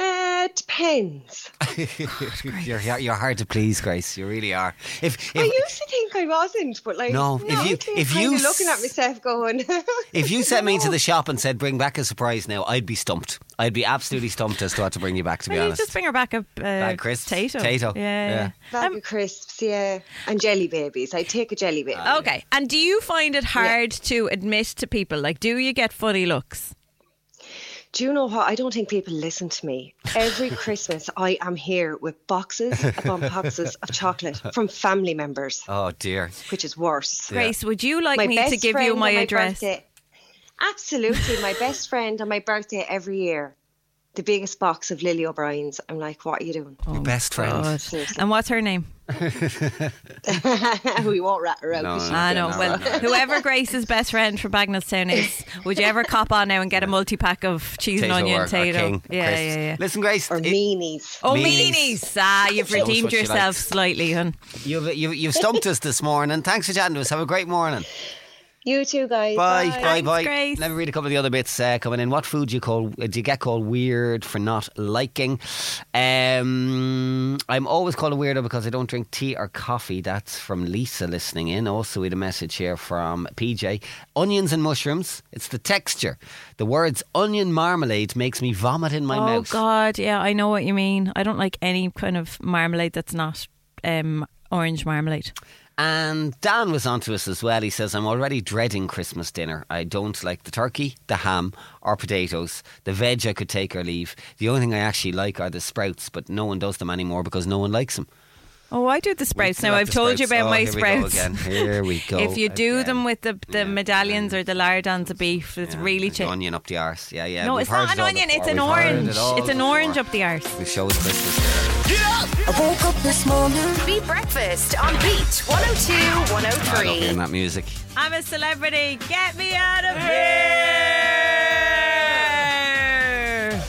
Speaker 20: Uh, depends.
Speaker 4: you're, you're you're hard to please, Grace. You really are. If
Speaker 20: I
Speaker 4: if,
Speaker 20: used to think I wasn't, but like,
Speaker 4: No,
Speaker 20: no,
Speaker 4: if you-
Speaker 20: I'm
Speaker 4: if
Speaker 20: kinda
Speaker 4: you
Speaker 20: looking at
Speaker 4: s-
Speaker 20: myself going,
Speaker 4: if you sent me to the shop and said bring back a surprise now, I'd be stumped. I'd be absolutely stumped as to what to bring you back. To be
Speaker 5: Well, you
Speaker 4: honest,
Speaker 5: just bring her back a uh,
Speaker 4: Bag crisps,
Speaker 5: potato.
Speaker 4: potato,
Speaker 5: Yeah. Um,
Speaker 4: yeah.
Speaker 20: bag of crisps, yeah, and jelly babies. I take a jelly
Speaker 4: Oh,
Speaker 20: baby.
Speaker 5: Okay. And do you find it hard to admit to people? Like, do you get funny looks?
Speaker 20: Do you know what? I don't think people listen to me. Every Christmas, I am here with boxes upon boxes of chocolate from family members,
Speaker 4: oh dear.
Speaker 20: which is worse.
Speaker 5: Grace, would you like me to
Speaker 20: best
Speaker 5: give you
Speaker 20: friend
Speaker 5: my
Speaker 20: on
Speaker 5: address?
Speaker 20: birthday- absolutely, my best friend on my birthday every year. The biggest box of Lily O'Brien's. I'm like, what are you doing?
Speaker 4: Your best friend.
Speaker 5: Oh God. And what's her name?
Speaker 20: we won't rat her out.
Speaker 4: No,
Speaker 20: 'cause she's
Speaker 5: I
Speaker 20: dead
Speaker 5: know.
Speaker 20: now,
Speaker 5: Well,
Speaker 20: right?
Speaker 5: whoever Grace's best friend from Bagnallstown is, would you ever cop on now and get a multi pack of cheese and
Speaker 4: Potato
Speaker 5: onion
Speaker 4: or- or
Speaker 5: tato?
Speaker 4: king
Speaker 5: yeah,
Speaker 4: crisps.
Speaker 5: yeah, yeah.
Speaker 4: Listen, Grace. Or
Speaker 20: meanies.
Speaker 5: Oh,
Speaker 4: Meanies.
Speaker 5: meanies. Ah, you've
Speaker 4: She knows
Speaker 5: redeemed
Speaker 4: what she
Speaker 5: yourself
Speaker 4: likes.
Speaker 5: slightly, hun.
Speaker 4: You've, you've you've stumped us this morning. Thanks for chatting to us. Have a great morning.
Speaker 20: You too, guys.
Speaker 4: Bye, bye,
Speaker 5: Thanks,
Speaker 4: bye.
Speaker 5: Grace.
Speaker 4: Let me read a couple of the other bits uh, coming in. What food do you call? Do you get called weird for not liking? Um, I'm always called a weirdo because I don't drink tea or coffee. That's from Lisa listening in. Also, we had a message here from PJ. Onions and mushrooms. It's the texture. The words "onion marmalade" makes me vomit in my
Speaker 5: oh
Speaker 4: mouth.
Speaker 5: God, yeah, I know what you mean. I don't like any kind of marmalade that's not um, orange marmalade.
Speaker 4: And Dan was onto us as well. He says, I'm already dreading Christmas dinner. I don't like the turkey, the ham, or potatoes. The veg I could take or leave. The only thing I actually like are the sprouts, but no one does them anymore because no one likes them.
Speaker 5: Oh, I do the sprouts now.
Speaker 4: like
Speaker 5: I've
Speaker 4: the
Speaker 5: told you
Speaker 4: sprouts.
Speaker 5: about
Speaker 4: Oh,
Speaker 5: my
Speaker 4: here we go
Speaker 5: sprouts.
Speaker 4: again. Here we go
Speaker 5: if you do them with the, the medallions or the lardons of beef, it's really
Speaker 4: The
Speaker 5: cheap.
Speaker 4: onion up the arse. Yeah, yeah.
Speaker 5: no,
Speaker 4: we've
Speaker 5: it's
Speaker 4: heard
Speaker 5: not an
Speaker 4: it all
Speaker 5: onion.
Speaker 4: before.
Speaker 5: It's an
Speaker 4: We've heard it
Speaker 5: orange.
Speaker 4: all
Speaker 5: It's an
Speaker 4: before.
Speaker 5: orange up the arse.
Speaker 4: The show's Christmas.
Speaker 2: I woke up this morning. Beat breakfast on Beat 102
Speaker 4: I love
Speaker 2: 103.
Speaker 4: hearing that music.
Speaker 5: I'm a celebrity. Get me out of here.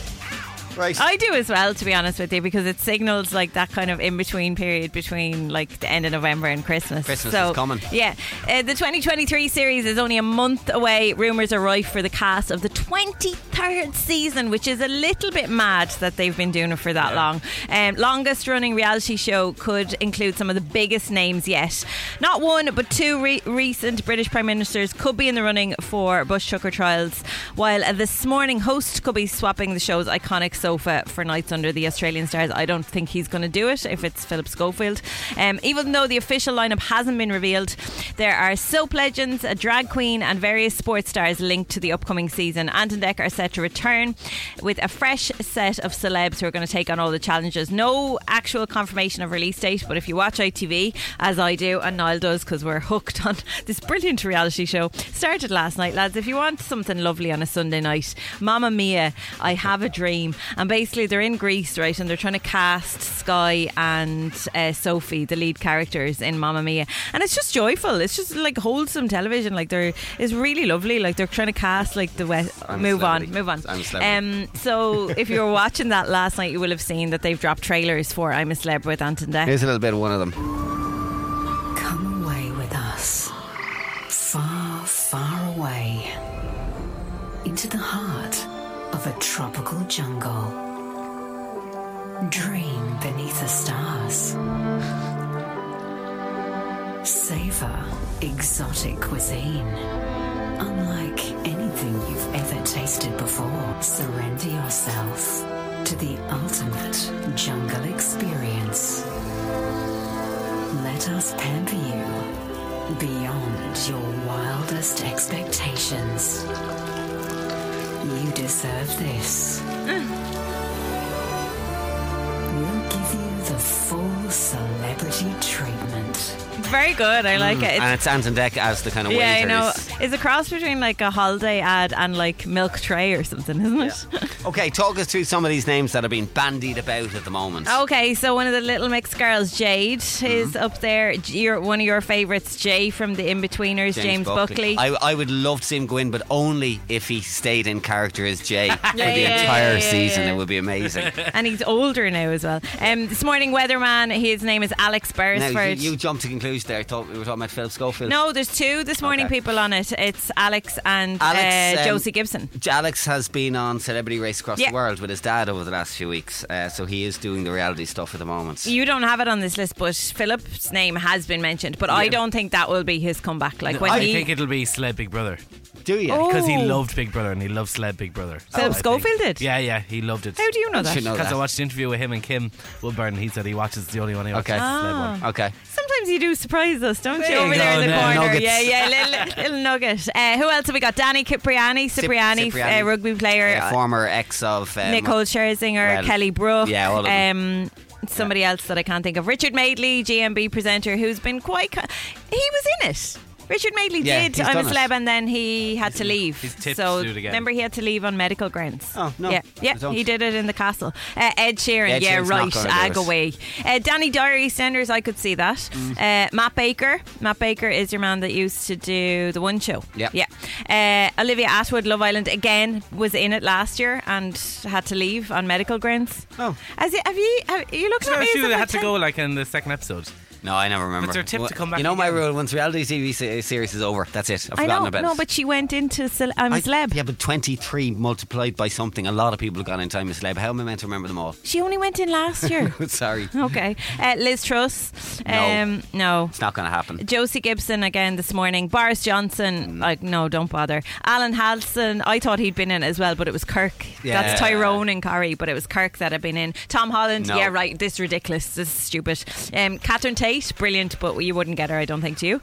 Speaker 4: Right.
Speaker 5: I do as well, to be honest with you, because it signals like that kind of in between period between like the end of November and Christmas.
Speaker 4: Christmas
Speaker 5: so,
Speaker 4: is coming.
Speaker 5: Yeah. Uh, the 2023 series is only a month away. Rumours are rife for the cast of the 23rd season, which is a little bit mad that they've been doing it for that long. Um, longest running reality show could include some of the biggest names yet. Not one, but two re- recent British Prime Ministers could be in the running for Bush Tucker trials, while uh, this morning host could be swapping the show's iconic so sofa for nights under the Australian stars. I don't think he's going to do it if it's Philip Schofield. Um, even though the official lineup hasn't been revealed, there are soap legends, a drag queen, and various sports stars linked to the upcoming season. Ant and Dec are set to return with a fresh set of celebs who are going to take on all the challenges. No actual confirmation of release date, but if you watch ITV, as I do and Niall does, because we're hooked on this brilliant reality show, started last night, lads. If you want something lovely on a Sunday night, Mamma Mia, I Have a Dream. And basically, they're in Greece, right? And they're trying to cast Sky and uh, Sophie, the lead characters in Mamma Mia. And it's just joyful. It's just like wholesome television. Like, they're, it's really lovely. Like, they're trying to cast, like, the West.
Speaker 18: I'm a
Speaker 5: move on,
Speaker 18: celebrity.
Speaker 5: move on.
Speaker 18: I'm a celebrity.
Speaker 5: Um, so, if you were watching that last night, you will have seen that they've dropped trailers for I'm a Celeb with Anton Deck.
Speaker 4: Here's a little bit of one of them.
Speaker 21: Come away with us, far, far away, into the heart of a tropical jungle. Dream beneath the stars. Savor exotic cuisine, unlike anything you've ever tasted before. Surrender yourself to the ultimate jungle experience. Let us pamper you beyond your wildest expectations. You deserve this. We'll give you the full celebrity treatment.
Speaker 5: Very good. I like
Speaker 4: Mm,
Speaker 5: it.
Speaker 4: And it's Anton Deck as the kind of
Speaker 5: yeah, I
Speaker 4: waiter.
Speaker 5: know.
Speaker 4: is-
Speaker 5: It's a cross between like a holiday ad and like milk tray or something, isn't it?
Speaker 4: Okay, talk us through some of these names that are being bandied about at the moment.
Speaker 5: Okay, so one of the little mixed girls, Jade, is up there. J- Your, one of your favourites, Jay from the Inbetweeners, James, Buckley.
Speaker 4: I, I would love to see him go in, but only if he stayed in character as Jay for
Speaker 5: Yeah,
Speaker 4: the
Speaker 5: yeah,
Speaker 4: entire
Speaker 5: yeah, yeah,
Speaker 4: season.
Speaker 5: yeah.
Speaker 4: It would be amazing.
Speaker 5: and he's older now as well. Um, this morning, weatherman, his name is Alex
Speaker 4: now,
Speaker 5: Beresford.
Speaker 4: you, you jumped to conclusions there. I thought we were talking about Philip Schofield.
Speaker 5: no, there's two this morning
Speaker 4: Okay.
Speaker 5: people on it. It's Alex and
Speaker 4: Alex,
Speaker 5: uh,
Speaker 4: um,
Speaker 5: Josie Gibson.
Speaker 4: J- Alex has been on Celebrity Race Across
Speaker 5: Yeah.
Speaker 4: the World with his dad over the last few weeks, uh, so he is doing the reality stuff at the moment.
Speaker 5: You don't have it on this list, but Philip's name has been mentioned. But I
Speaker 6: Yeah.
Speaker 5: don't think that will be his comeback. Like when
Speaker 6: I
Speaker 5: he
Speaker 6: think it'll be Sled Big Brother.
Speaker 4: Do you?
Speaker 6: Because he
Speaker 5: Oh.
Speaker 6: loved Big Brother and he loved Sled Big Brother. So
Speaker 5: Philip
Speaker 6: I
Speaker 5: Schofield
Speaker 6: think-
Speaker 5: did?
Speaker 6: Yeah, yeah, he loved it.
Speaker 5: How do you know that? You know
Speaker 6: Because I
Speaker 5: that.
Speaker 6: watched an interview with him and Kim Woodburn. He said he watches the only one he watches.
Speaker 5: Okay.
Speaker 6: is the Sled one.
Speaker 5: Ah.
Speaker 4: Okay.
Speaker 5: Sometimes you do surprise us, don't you?
Speaker 6: There you
Speaker 5: Over there in
Speaker 6: go,
Speaker 5: the
Speaker 6: little
Speaker 5: corner.
Speaker 6: nuggets.
Speaker 5: Yeah, yeah, little, little nugget. Uh, who else have we got? Danny Cipriani, Cipriani,
Speaker 4: Cipriani.
Speaker 5: Uh, rugby player. uh,
Speaker 4: Uh, former ex of um,
Speaker 5: Nicole Scherzinger,
Speaker 4: well,
Speaker 5: Kelly Brook.
Speaker 4: yeah, all of them.
Speaker 5: Um, somebody else that I can't think of. Richard Madeley, GMB presenter, who's been quite. co- he was in it. Richard Madeley
Speaker 4: Yeah,
Speaker 5: did
Speaker 4: he's
Speaker 5: I'm a
Speaker 4: done it.
Speaker 5: Celeb and then he had to leave.
Speaker 4: he's tipped
Speaker 5: so
Speaker 4: to do it again.
Speaker 5: remember he had to leave on medical grounds. Oh,
Speaker 4: no,
Speaker 5: Yeah,
Speaker 4: I
Speaker 5: yeah
Speaker 4: don't.
Speaker 5: he did it in the castle. Uh, Ed Sheeran,
Speaker 4: Ed
Speaker 5: yeah,
Speaker 4: Sheeran's not
Speaker 5: right,
Speaker 4: gonna do
Speaker 5: ag
Speaker 4: it.
Speaker 5: away. Uh, Danny Diary Senders, I could see that.
Speaker 4: Mm.
Speaker 5: Uh, Matt Baker. Matt Baker is your man that used to do The One Show.
Speaker 4: Yep.
Speaker 5: Yeah. Uh, Olivia Atwood, Love Island, again was in it last year and had to leave on medical grounds. Oh, As you, have you? Have, you looking at
Speaker 6: No,
Speaker 5: me?
Speaker 6: she
Speaker 5: as if I
Speaker 6: had to
Speaker 5: tell-
Speaker 6: go like in the second episode.
Speaker 4: No, I never remember.
Speaker 6: That's her tip to come back
Speaker 4: You know my rule: once reality TV se- series is over, that's it. I've
Speaker 5: I
Speaker 4: forgotten
Speaker 5: know,
Speaker 4: about
Speaker 5: no,
Speaker 4: it.
Speaker 5: but she went into cel- I'm a
Speaker 4: I-
Speaker 5: celeb.
Speaker 4: Yeah, but 23 multiplied by something. A lot of people have gone in time as celeb. How am I meant to remember them all?
Speaker 5: She only went in last year.
Speaker 4: Sorry.
Speaker 5: okay, uh, Liz Truss.
Speaker 4: No.
Speaker 5: Um, no.
Speaker 4: It's not going to happen.
Speaker 5: Josie Gibson again this morning. Boris Johnson,
Speaker 4: Mm.
Speaker 5: like no, don't bother. Alan Halson, I thought he'd been in as well, but it was Kirk.
Speaker 18: Yeah.
Speaker 5: That's Tyrone and Corrie, but it was Kirk that had been in. Tom Holland,
Speaker 18: No.
Speaker 5: yeah, right. This is ridiculous. This is stupid. Um, Catherine Tate, brilliant, but you wouldn't get her, I don't think. Do you?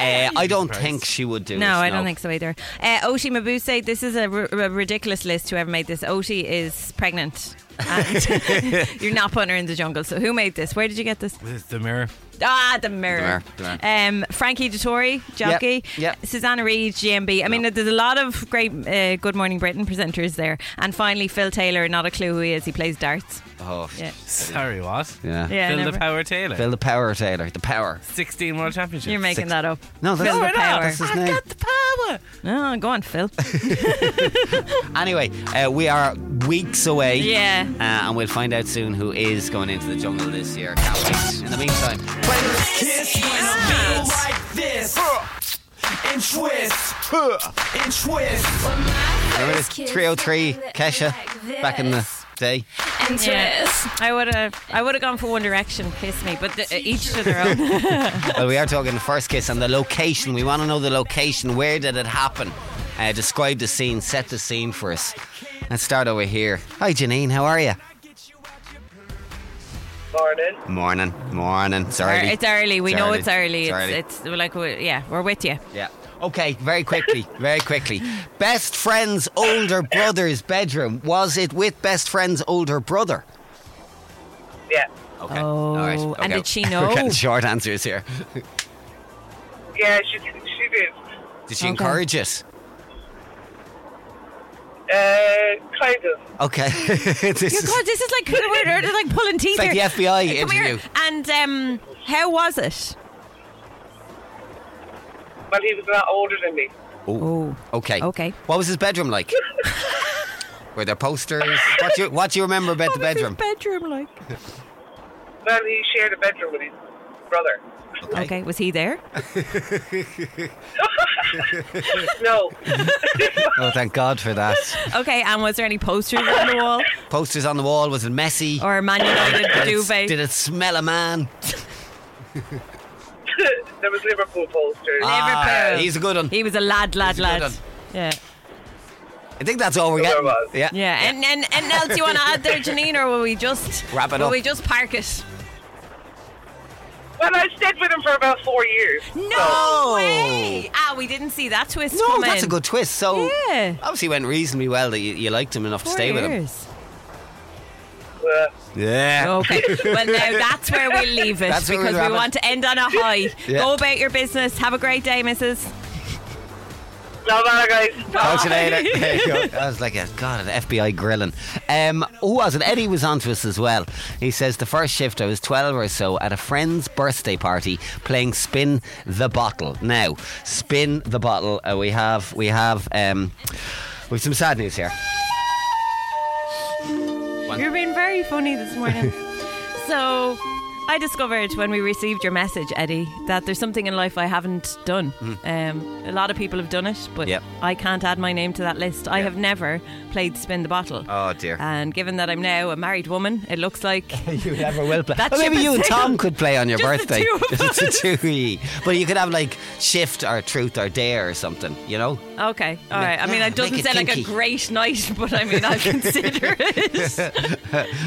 Speaker 4: Uh, I don't think she would do
Speaker 5: no,
Speaker 4: it.
Speaker 5: I don't think so either. Uh, Oshi Mabuse, this is a r- r- ridiculous list. Whoever made this, Oshi is pregnant. And you're not putting her in the jungle. So who made this? Where did you get this?
Speaker 6: With the mirror. Uh,
Speaker 5: Ah, the mirror.
Speaker 6: The mirror, the
Speaker 5: Um, Frankie Dettori, jockey.
Speaker 6: yep.
Speaker 5: Susanna Reid, GMB. I mean, there's a lot of great uh, Good Morning Britain presenters there. And finally, Phil Taylor. Not a clue who he is. He plays darts.
Speaker 4: Oh,
Speaker 5: Yeah.
Speaker 6: sorry, what?
Speaker 4: Yeah.
Speaker 5: Yeah,
Speaker 6: Phil
Speaker 5: never-
Speaker 6: the Power Taylor.
Speaker 4: Phil the Power Taylor. The Power.
Speaker 6: 16 World Championships.
Speaker 5: You're making that up.
Speaker 4: No, that's-
Speaker 5: Phil
Speaker 4: No,
Speaker 5: the
Speaker 4: we're not.
Speaker 5: power.
Speaker 4: That's his I name. got
Speaker 5: the power. No, go on, Phil.
Speaker 4: Anyway, uh, we are weeks away.
Speaker 5: Yeah.
Speaker 4: Uh, and we'll find out soon who is going into the jungle this year. Can't wait. In the meantime,
Speaker 3: Kiss when I feel like this. And twist. And twist.
Speaker 4: remember this 303 Kesha back in the day?
Speaker 5: And I would have, I would have gone for One Direction. Kiss me, but th- each to their own.
Speaker 4: well, we are talking the first kiss and the location. We want to know the location. Where did it happen? uh, describe the scene, set the scene for us. Let's start over here. Hi, Janine. How are you?
Speaker 18: Morning.
Speaker 4: Morning. Morning. It's early.
Speaker 5: It's early. We know it's early. It's,
Speaker 4: early.
Speaker 5: it's, like, we- yeah, we're with you.
Speaker 4: Yeah. Okay, very quickly, very quickly. Best friend's older brother's bedroom. Was it with best friend's older brother?
Speaker 18: Yeah.
Speaker 4: Okay. Oh, All right. okay.
Speaker 5: and did she
Speaker 4: We're getting
Speaker 5: know?
Speaker 4: short answers here.
Speaker 18: Yeah, she she did.
Speaker 4: Did she encourage it?
Speaker 18: Uh, kind of.
Speaker 4: Okay. This
Speaker 5: Your
Speaker 4: is-
Speaker 5: God, this is like we're, we're like pulling teeth.
Speaker 4: like
Speaker 5: here.
Speaker 4: the FBI
Speaker 5: Come here.
Speaker 4: interview.
Speaker 5: And um, how was it?
Speaker 18: Well, he was a lot older than me.
Speaker 4: Oh. Okay.
Speaker 5: Okay.
Speaker 4: What was his bedroom like? Were there posters? What do you, what do you remember about the bedroom?
Speaker 5: Bedroom, like.
Speaker 18: Well, he shared a bedroom with his brother.
Speaker 5: Okay. Was he there?
Speaker 18: no.
Speaker 4: oh, thank God for that.
Speaker 5: Okay. And was there any posters on the wall?
Speaker 4: Posters on the wall. Was it messy?
Speaker 5: Or Man United
Speaker 4: did
Speaker 5: duvet?
Speaker 4: It, did it smell a man?
Speaker 18: there was Liverpool posters.
Speaker 4: Ah, he's a good one.
Speaker 5: He was a lad, lad,
Speaker 4: He's a
Speaker 5: lad.
Speaker 4: good one.
Speaker 5: Yeah.
Speaker 4: I think that's all we're getting. Yeah.
Speaker 5: Yeah. And and and else you want to add there, Janine, or will we just
Speaker 4: Wrap it
Speaker 5: will
Speaker 4: up.
Speaker 5: we just park it?
Speaker 18: Well, I stayed with him for about four years.
Speaker 5: No
Speaker 4: No.
Speaker 5: way! Ah, we didn't see that twist
Speaker 4: Oh. No,
Speaker 5: coming.
Speaker 4: that's a good twist. So
Speaker 5: Yeah.
Speaker 4: obviously it went reasonably well that you, you liked him enough
Speaker 5: Four
Speaker 4: to stay with him.
Speaker 5: years.
Speaker 4: Yeah.
Speaker 5: Okay. Well, now that's where we'll leave it
Speaker 4: That's where we'll
Speaker 5: because
Speaker 4: wrap
Speaker 5: we
Speaker 4: it.
Speaker 5: want to end on a high.
Speaker 4: Yeah.
Speaker 5: Go about your business. Have a great day, Mrs.
Speaker 18: Love that, guys.
Speaker 4: Talk to you later. There you go. That was like a god, an FBI grilling. Um, who was it? Eddie was onto us as well. He says the first shift I was twelve or so at a friend's birthday party playing spin the bottle. Now spin the bottle. Uh, we have we have um, we've some sad news here.
Speaker 5: You've been very funny this morning. so, I discovered when we received your message, Eddie, that there's something in life I haven't done. Um, a lot of people have done it, but
Speaker 4: Hmm. Yep.
Speaker 5: I can't add my name to that list. I have never played Spin the Bottle.
Speaker 4: Oh dear.
Speaker 5: And given that I'm now a married woman, it looks like
Speaker 4: you never will play.
Speaker 5: That
Speaker 4: Well, maybe
Speaker 5: ship
Speaker 4: you
Speaker 5: has
Speaker 4: and Tom
Speaker 5: sailed.
Speaker 4: could play on your
Speaker 5: Just the
Speaker 4: birthday.
Speaker 5: two of
Speaker 4: Just the two of you. But you could have like shift or truth or dare or something. You know.
Speaker 5: Okay, all right. I mean,
Speaker 4: Yeah, Ah,
Speaker 5: it doesn't
Speaker 4: make it
Speaker 5: sound like a
Speaker 4: kinky.
Speaker 5: great night, but I mean, I'll consider it.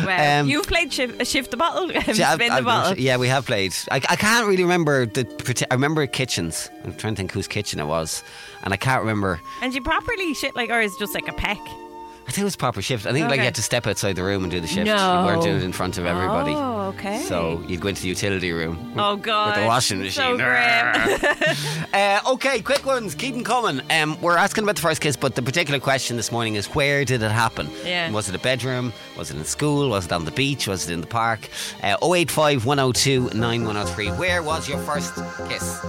Speaker 5: Well,
Speaker 4: Um,
Speaker 5: you've played shift, shift the bottle, um,
Speaker 4: Yeah, I've-
Speaker 5: spin
Speaker 4: I've-
Speaker 5: the bottle.
Speaker 4: Yeah, we have played. I, I can't really remember the. parti- I remember kitchens. I'm trying to think whose kitchen it was, and I can't remember.
Speaker 5: And you properly shit like, or is it just like a peck?
Speaker 4: I think it was proper shift. I think like
Speaker 5: Okay.
Speaker 4: you had to step outside the room and do the shift. You
Speaker 5: No.
Speaker 4: weren't doing it in front of everybody.
Speaker 5: Oh, okay.
Speaker 4: So you'd go into the utility room.
Speaker 5: Oh God!
Speaker 4: With the washing machine. Ah.
Speaker 5: So grim.
Speaker 4: uh, okay, quick ones. Keep them coming. Um, we're asking about the first kiss, but the particular question this morning is where did it happen?
Speaker 5: Yeah.
Speaker 4: Was it a bedroom? Was it in school? Was it on the beach? Was it in the park? Uh, 085 102 9103. Where was your first kiss?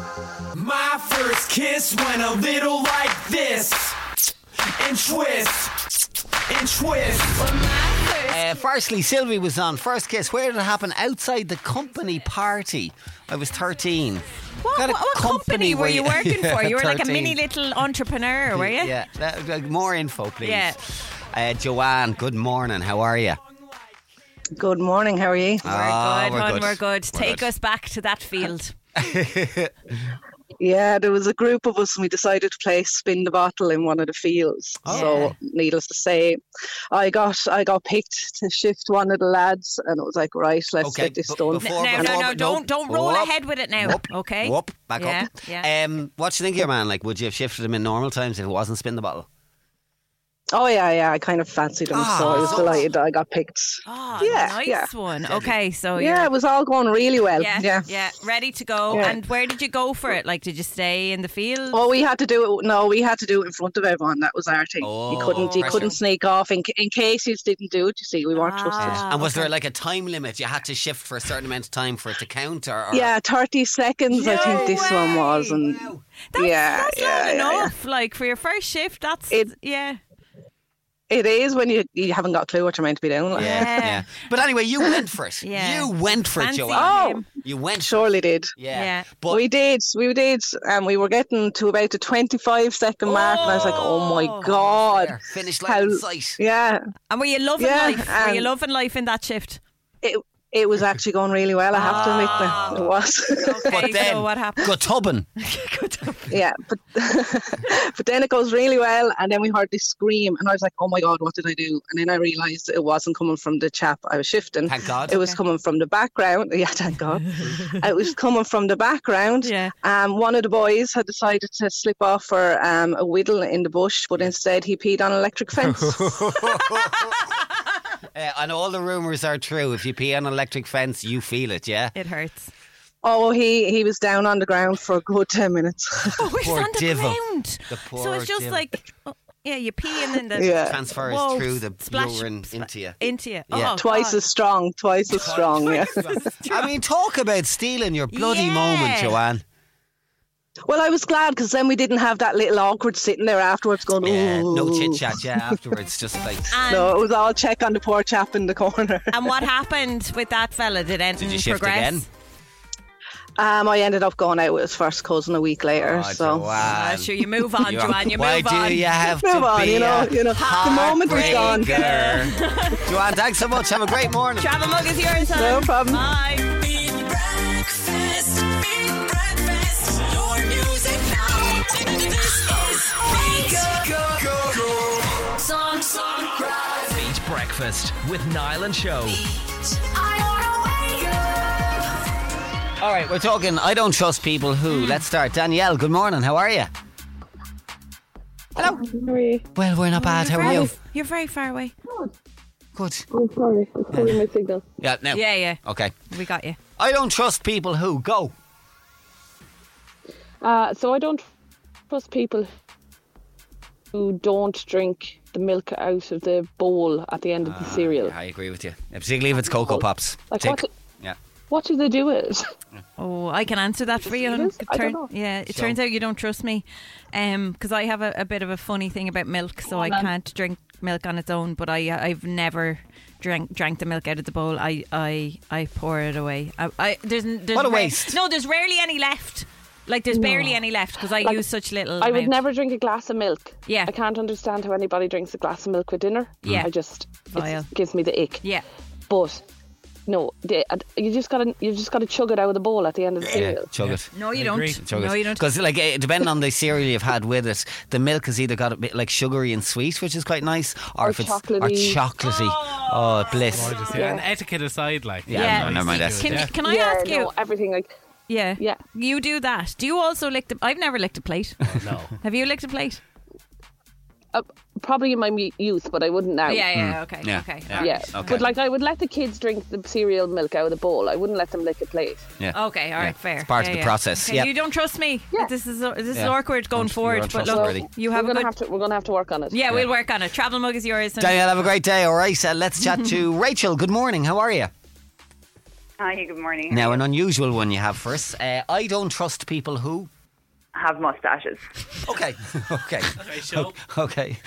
Speaker 3: My first kiss went a little like this. And twist. And twist.
Speaker 4: Uh, firstly, Sylvie was on First Kiss. Where did it happen? Outside the company party. I was 13.
Speaker 5: What,
Speaker 4: kind
Speaker 5: what,
Speaker 4: of
Speaker 5: what company were you working
Speaker 4: Yeah,
Speaker 5: for? You were like a
Speaker 4: 13.
Speaker 5: mini little entrepreneur, were you?
Speaker 4: Yeah. That- like, more info, please.
Speaker 5: Yeah.
Speaker 4: Uh, Joanne, good morning. How are you?
Speaker 22: Good morning. How are you?
Speaker 4: Ah, We're
Speaker 5: Good one, we're good. Take us back to that field.
Speaker 4: Oh,
Speaker 22: Yeah, there was a group of us and we decided to play spin the bottle in one of the fields.
Speaker 4: Oh.
Speaker 5: Yeah.
Speaker 22: So needless to say, I got I got picked to shift one of the lads and it was like, right, let's
Speaker 4: Okay,
Speaker 22: get this
Speaker 4: but
Speaker 22: done.
Speaker 4: before-
Speaker 5: No,
Speaker 4: Whoop,
Speaker 5: no,
Speaker 4: whoop,
Speaker 5: no!
Speaker 4: nope.
Speaker 5: Don't don't roll
Speaker 4: Whoop,
Speaker 5: ahead with it now. okay.
Speaker 4: Whoop, back
Speaker 5: yeah,
Speaker 4: up.
Speaker 5: Yeah.
Speaker 4: Um, what do you think of your man? Like, would you have shifted him in normal times if it wasn't spin the bottle?
Speaker 22: Oh yeah, yeah, I kind of fancied him, so I was
Speaker 5: Ah.
Speaker 22: delighted that I got picked.
Speaker 5: Ah,
Speaker 22: yeah,
Speaker 5: nice
Speaker 22: yeah.
Speaker 5: one. Okay, so you're-
Speaker 22: yeah, it was all going really well.
Speaker 5: Yeah,
Speaker 22: yeah.
Speaker 5: ready to go.
Speaker 22: Yeah.
Speaker 5: And where did you go for it? Like, did you stay in the field?
Speaker 22: Oh, we had to do it. No, we had to do it in front of everyone. That was our thing. you couldn't, you
Speaker 4: Oh, pressure.
Speaker 22: couldn't sneak off in, in case you didn't do it. You see, we weren't
Speaker 5: Ah.
Speaker 22: trusted.
Speaker 4: and was there like a time limit? You had to shift for a certain amount of time for it to count? Or,
Speaker 5: Uh,
Speaker 4: or
Speaker 22: Yeah, thirty seconds. I think this one was, and yeah,
Speaker 5: that's
Speaker 22: yeah,
Speaker 5: long
Speaker 22: yeah,
Speaker 5: enough. Like for your first shift, that's yeah.
Speaker 22: yeah. It is when you you haven't got a clue what you're meant to be doing. Like.
Speaker 4: Yeah, yeah. But anyway, you went for it.
Speaker 22: Yeah.
Speaker 4: You went for it,
Speaker 22: Fancy
Speaker 4: Joanne.
Speaker 22: him.
Speaker 4: You went.
Speaker 22: Oh! Surely did.
Speaker 4: Yeah. But
Speaker 22: we did, we did, and we were getting to about the 25 second mark, and I was like, "Oh my god,
Speaker 4: finish
Speaker 22: How-
Speaker 4: line in sight.
Speaker 22: Yeah,
Speaker 5: And were you loving
Speaker 22: Yeah,
Speaker 5: life? Were you
Speaker 22: um,
Speaker 5: loving life in that shift?
Speaker 22: it It was actually going really well. I have
Speaker 5: Ah.
Speaker 22: to admit, it was.
Speaker 4: but then, Got tubbing.
Speaker 22: yeah, but but then it goes really well, and then we heard this scream, and I was like, "Oh my god, what did I do?" And then I realised it wasn't coming from the chap I was shifting.
Speaker 4: Thank God.
Speaker 22: It was coming from the background. Yeah, thank God. it was coming from the background. Yeah. Um, one of the boys had decided to slip off for um, a whittle in the bush, but instead he peed on an electric fence.
Speaker 4: Uh, and all the rumours are true. If you pee on an electric fence, you feel it, yeah?
Speaker 5: It hurts.
Speaker 22: oh, he he was down on the ground for a good ten minutes.
Speaker 5: Oh, it's
Speaker 4: Poor
Speaker 5: on the
Speaker 4: devil.
Speaker 5: ground.
Speaker 4: The
Speaker 5: so
Speaker 4: poor
Speaker 5: it's just
Speaker 4: devil.
Speaker 5: like, oh, yeah, you pee and then the
Speaker 22: Yeah.
Speaker 4: Transfers
Speaker 5: Whoa,
Speaker 4: through the
Speaker 5: splash,
Speaker 4: urine into you.
Speaker 5: into you.
Speaker 4: Yeah.
Speaker 5: Oh,
Speaker 22: twice
Speaker 5: God.
Speaker 22: as strong, twice as strong. Yeah.
Speaker 4: I mean, talk about stealing your bloody moment, Joanne.
Speaker 22: Well, I was glad because then we didn't have that little awkward sitting there afterwards going,
Speaker 4: Yeah,
Speaker 22: "Ooh."
Speaker 4: no chit chat, yeah, afterwards. Just like.
Speaker 5: Ah,
Speaker 22: No, it was all check on the poor chap in the corner.
Speaker 5: And what happened with that fella? Did anything
Speaker 22: you shift
Speaker 5: progress?
Speaker 22: again? Um, I ended up going out with his first cousin a week later.
Speaker 4: Oh,
Speaker 22: so
Speaker 4: Joanne.
Speaker 5: sure, you move on,
Speaker 4: You are-
Speaker 5: Joanne. You
Speaker 4: Why
Speaker 5: move
Speaker 4: do
Speaker 5: on.
Speaker 4: you have
Speaker 22: Move
Speaker 4: to
Speaker 22: on,
Speaker 4: be
Speaker 22: you know,
Speaker 4: a
Speaker 22: you know, the moment was gone.
Speaker 4: heartbreaker? Joanne, thanks so much. Have a great morning.
Speaker 5: Travel mug is yours, hon.
Speaker 22: No problem.
Speaker 5: Bye.
Speaker 21: Breakfast, big breakfast, your music now. This is
Speaker 1: Go, go, go.
Speaker 21: Song, song, cry.
Speaker 1: Beat Breakfast with Niall and Show.
Speaker 4: All right, we're talking I don't trust people
Speaker 5: Hmm.
Speaker 4: who. Let's start. Danielle, good morning. How are you? Hello. Well, we're not bad. How are you?
Speaker 5: You're very far away.
Speaker 4: Good.
Speaker 7: I'm sorry. It's probably my signal.
Speaker 4: Yeah, now.
Speaker 5: Yeah, yeah.
Speaker 4: Okay.
Speaker 5: We got you.
Speaker 4: I don't trust people who. Go.
Speaker 7: Uh, so I don't trust people who don't drink the milk out of the bowl at the end of the cereal.
Speaker 4: I agree with you. Ah, Yeah, particularly if it's Cocoa Pops.
Speaker 7: Like
Speaker 4: Take-
Speaker 7: what?
Speaker 4: Yeah.
Speaker 7: What do they do with it?
Speaker 5: Oh, I can answer that for you.
Speaker 7: It is?
Speaker 5: It
Speaker 7: I don't know.
Speaker 5: yeah, it
Speaker 7: So-
Speaker 5: turns out you don't trust me, because I have a, a bit of a funny thing about milk, so I can't drink milk on its own. But I, uh, I've never drank drank the milk out of the bowl. I, I, I pour it away. I, I there's, n- there's
Speaker 7: What a
Speaker 5: ra-
Speaker 7: waste.
Speaker 5: No, there's rarely any left. Like there's barely any left because I
Speaker 7: Like,
Speaker 5: use such little.
Speaker 7: I would
Speaker 5: amount.
Speaker 7: never drink a glass of milk.
Speaker 5: Yeah.
Speaker 7: I can't understand how anybody drinks a glass of milk with dinner.
Speaker 5: Yeah.
Speaker 7: I just it
Speaker 5: Vile.
Speaker 7: just gives me the ick.
Speaker 5: Yeah.
Speaker 7: But no, they, and you just gotta you just gotta chug it out of the bowl at the end of the
Speaker 4: Yeah,
Speaker 7: cereal.
Speaker 4: chug it.
Speaker 5: No, you I don't. agree. No, you don't.
Speaker 4: Because like eh, depending on the cereal you've had with it, the milk has either got a bit like sugary and sweet, which is quite nice, or,
Speaker 7: Or
Speaker 4: if it's or
Speaker 7: chocolatey.
Speaker 4: chocolatey. Oh, bliss.
Speaker 6: Gorgeous, yeah. And etiquette aside, like
Speaker 4: Yeah, no, never mind that.
Speaker 5: Can,
Speaker 4: Yeah.
Speaker 5: can I
Speaker 7: Yeah,
Speaker 5: ask you
Speaker 7: no, everything? Like
Speaker 5: yeah,
Speaker 7: yeah.
Speaker 5: You do that. Do you also lick the? I've never licked a plate.
Speaker 7: Oh,
Speaker 6: No.
Speaker 5: Have you licked a plate?
Speaker 7: uh, probably in my mu- youth, but I wouldn't now.
Speaker 5: Yeah, yeah, Mm. okay, Yeah, okay, yeah,
Speaker 7: yeah.
Speaker 5: alright. okay.
Speaker 7: But like, I would let the kids drink the cereal milk out of the bowl. I wouldn't let them lick a plate.
Speaker 4: Yeah.
Speaker 5: Okay, all right,
Speaker 4: Yeah.
Speaker 5: fair.
Speaker 4: It's part
Speaker 5: Yeah,
Speaker 4: of the
Speaker 5: yeah.
Speaker 4: process.
Speaker 5: Okay,
Speaker 4: yeah.
Speaker 5: You don't trust me. This is uh, this is
Speaker 4: Yeah.
Speaker 5: awkward going
Speaker 4: Untr-
Speaker 5: forward.
Speaker 4: you're
Speaker 5: But
Speaker 4: untrustworthy.
Speaker 5: look, you have
Speaker 7: we're
Speaker 5: a
Speaker 7: gonna
Speaker 5: good.
Speaker 7: have to. We're gonna have to work on it.
Speaker 5: yeah, we'll work on it. Travel mug is yours. and-
Speaker 4: Danielle, have a great day. All right, uh, let's chat to Rachel. Good morning. How are you?
Speaker 8: Hi, good morning.
Speaker 4: Now, an unusual one you have for us. Uh, I don't trust people who.
Speaker 8: Have mustaches.
Speaker 4: Okay. Okay.
Speaker 8: Show.
Speaker 4: Okay.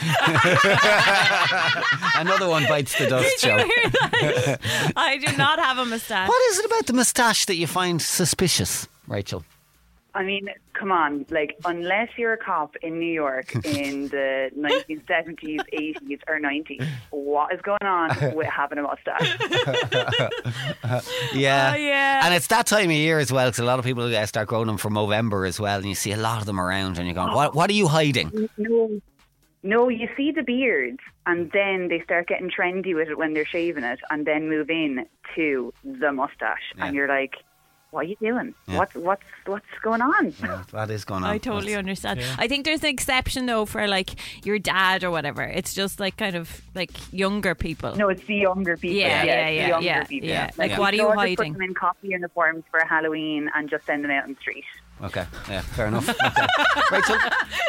Speaker 4: Another one bites the dust,
Speaker 5: Did you
Speaker 4: Joe.
Speaker 5: hear that? I do not have a mustache.
Speaker 4: What is it about the moustache that you find suspicious, Rachel?
Speaker 8: I mean, come on, like, unless you're a cop in New York in the 1970s, 80s, or 90s, what is going on with having a mustache?
Speaker 4: yeah.
Speaker 8: Oh, yeah.
Speaker 4: And it's that time of year as well, because a lot of people uh, start growing them for Movember as well, and you see a lot of them around, and you're
Speaker 8: Oh.
Speaker 4: going, what, what are you hiding?
Speaker 8: No. No, you see the beards, and then they start getting trendy with it when they're shaving it, and then move in to the mustache, and you're like, "What are you doing?
Speaker 4: Yeah.
Speaker 8: What's what's what's going on?"
Speaker 4: What is going on?
Speaker 5: I totally
Speaker 4: What's-
Speaker 5: understand.
Speaker 4: Yeah.
Speaker 5: I think there's an exception though for like your dad or whatever. It's just like kind of like younger people.
Speaker 8: No, it's the younger people.
Speaker 5: Yeah, yeah,
Speaker 8: it's the
Speaker 5: yeah,
Speaker 8: younger
Speaker 5: yeah,
Speaker 8: people.
Speaker 5: yeah. Like, what are you
Speaker 8: or just
Speaker 5: hiding?
Speaker 8: Put them in copy uniforms for Halloween and just send them out on the street.
Speaker 4: Okay, yeah, fair enough. Okay. Rachel,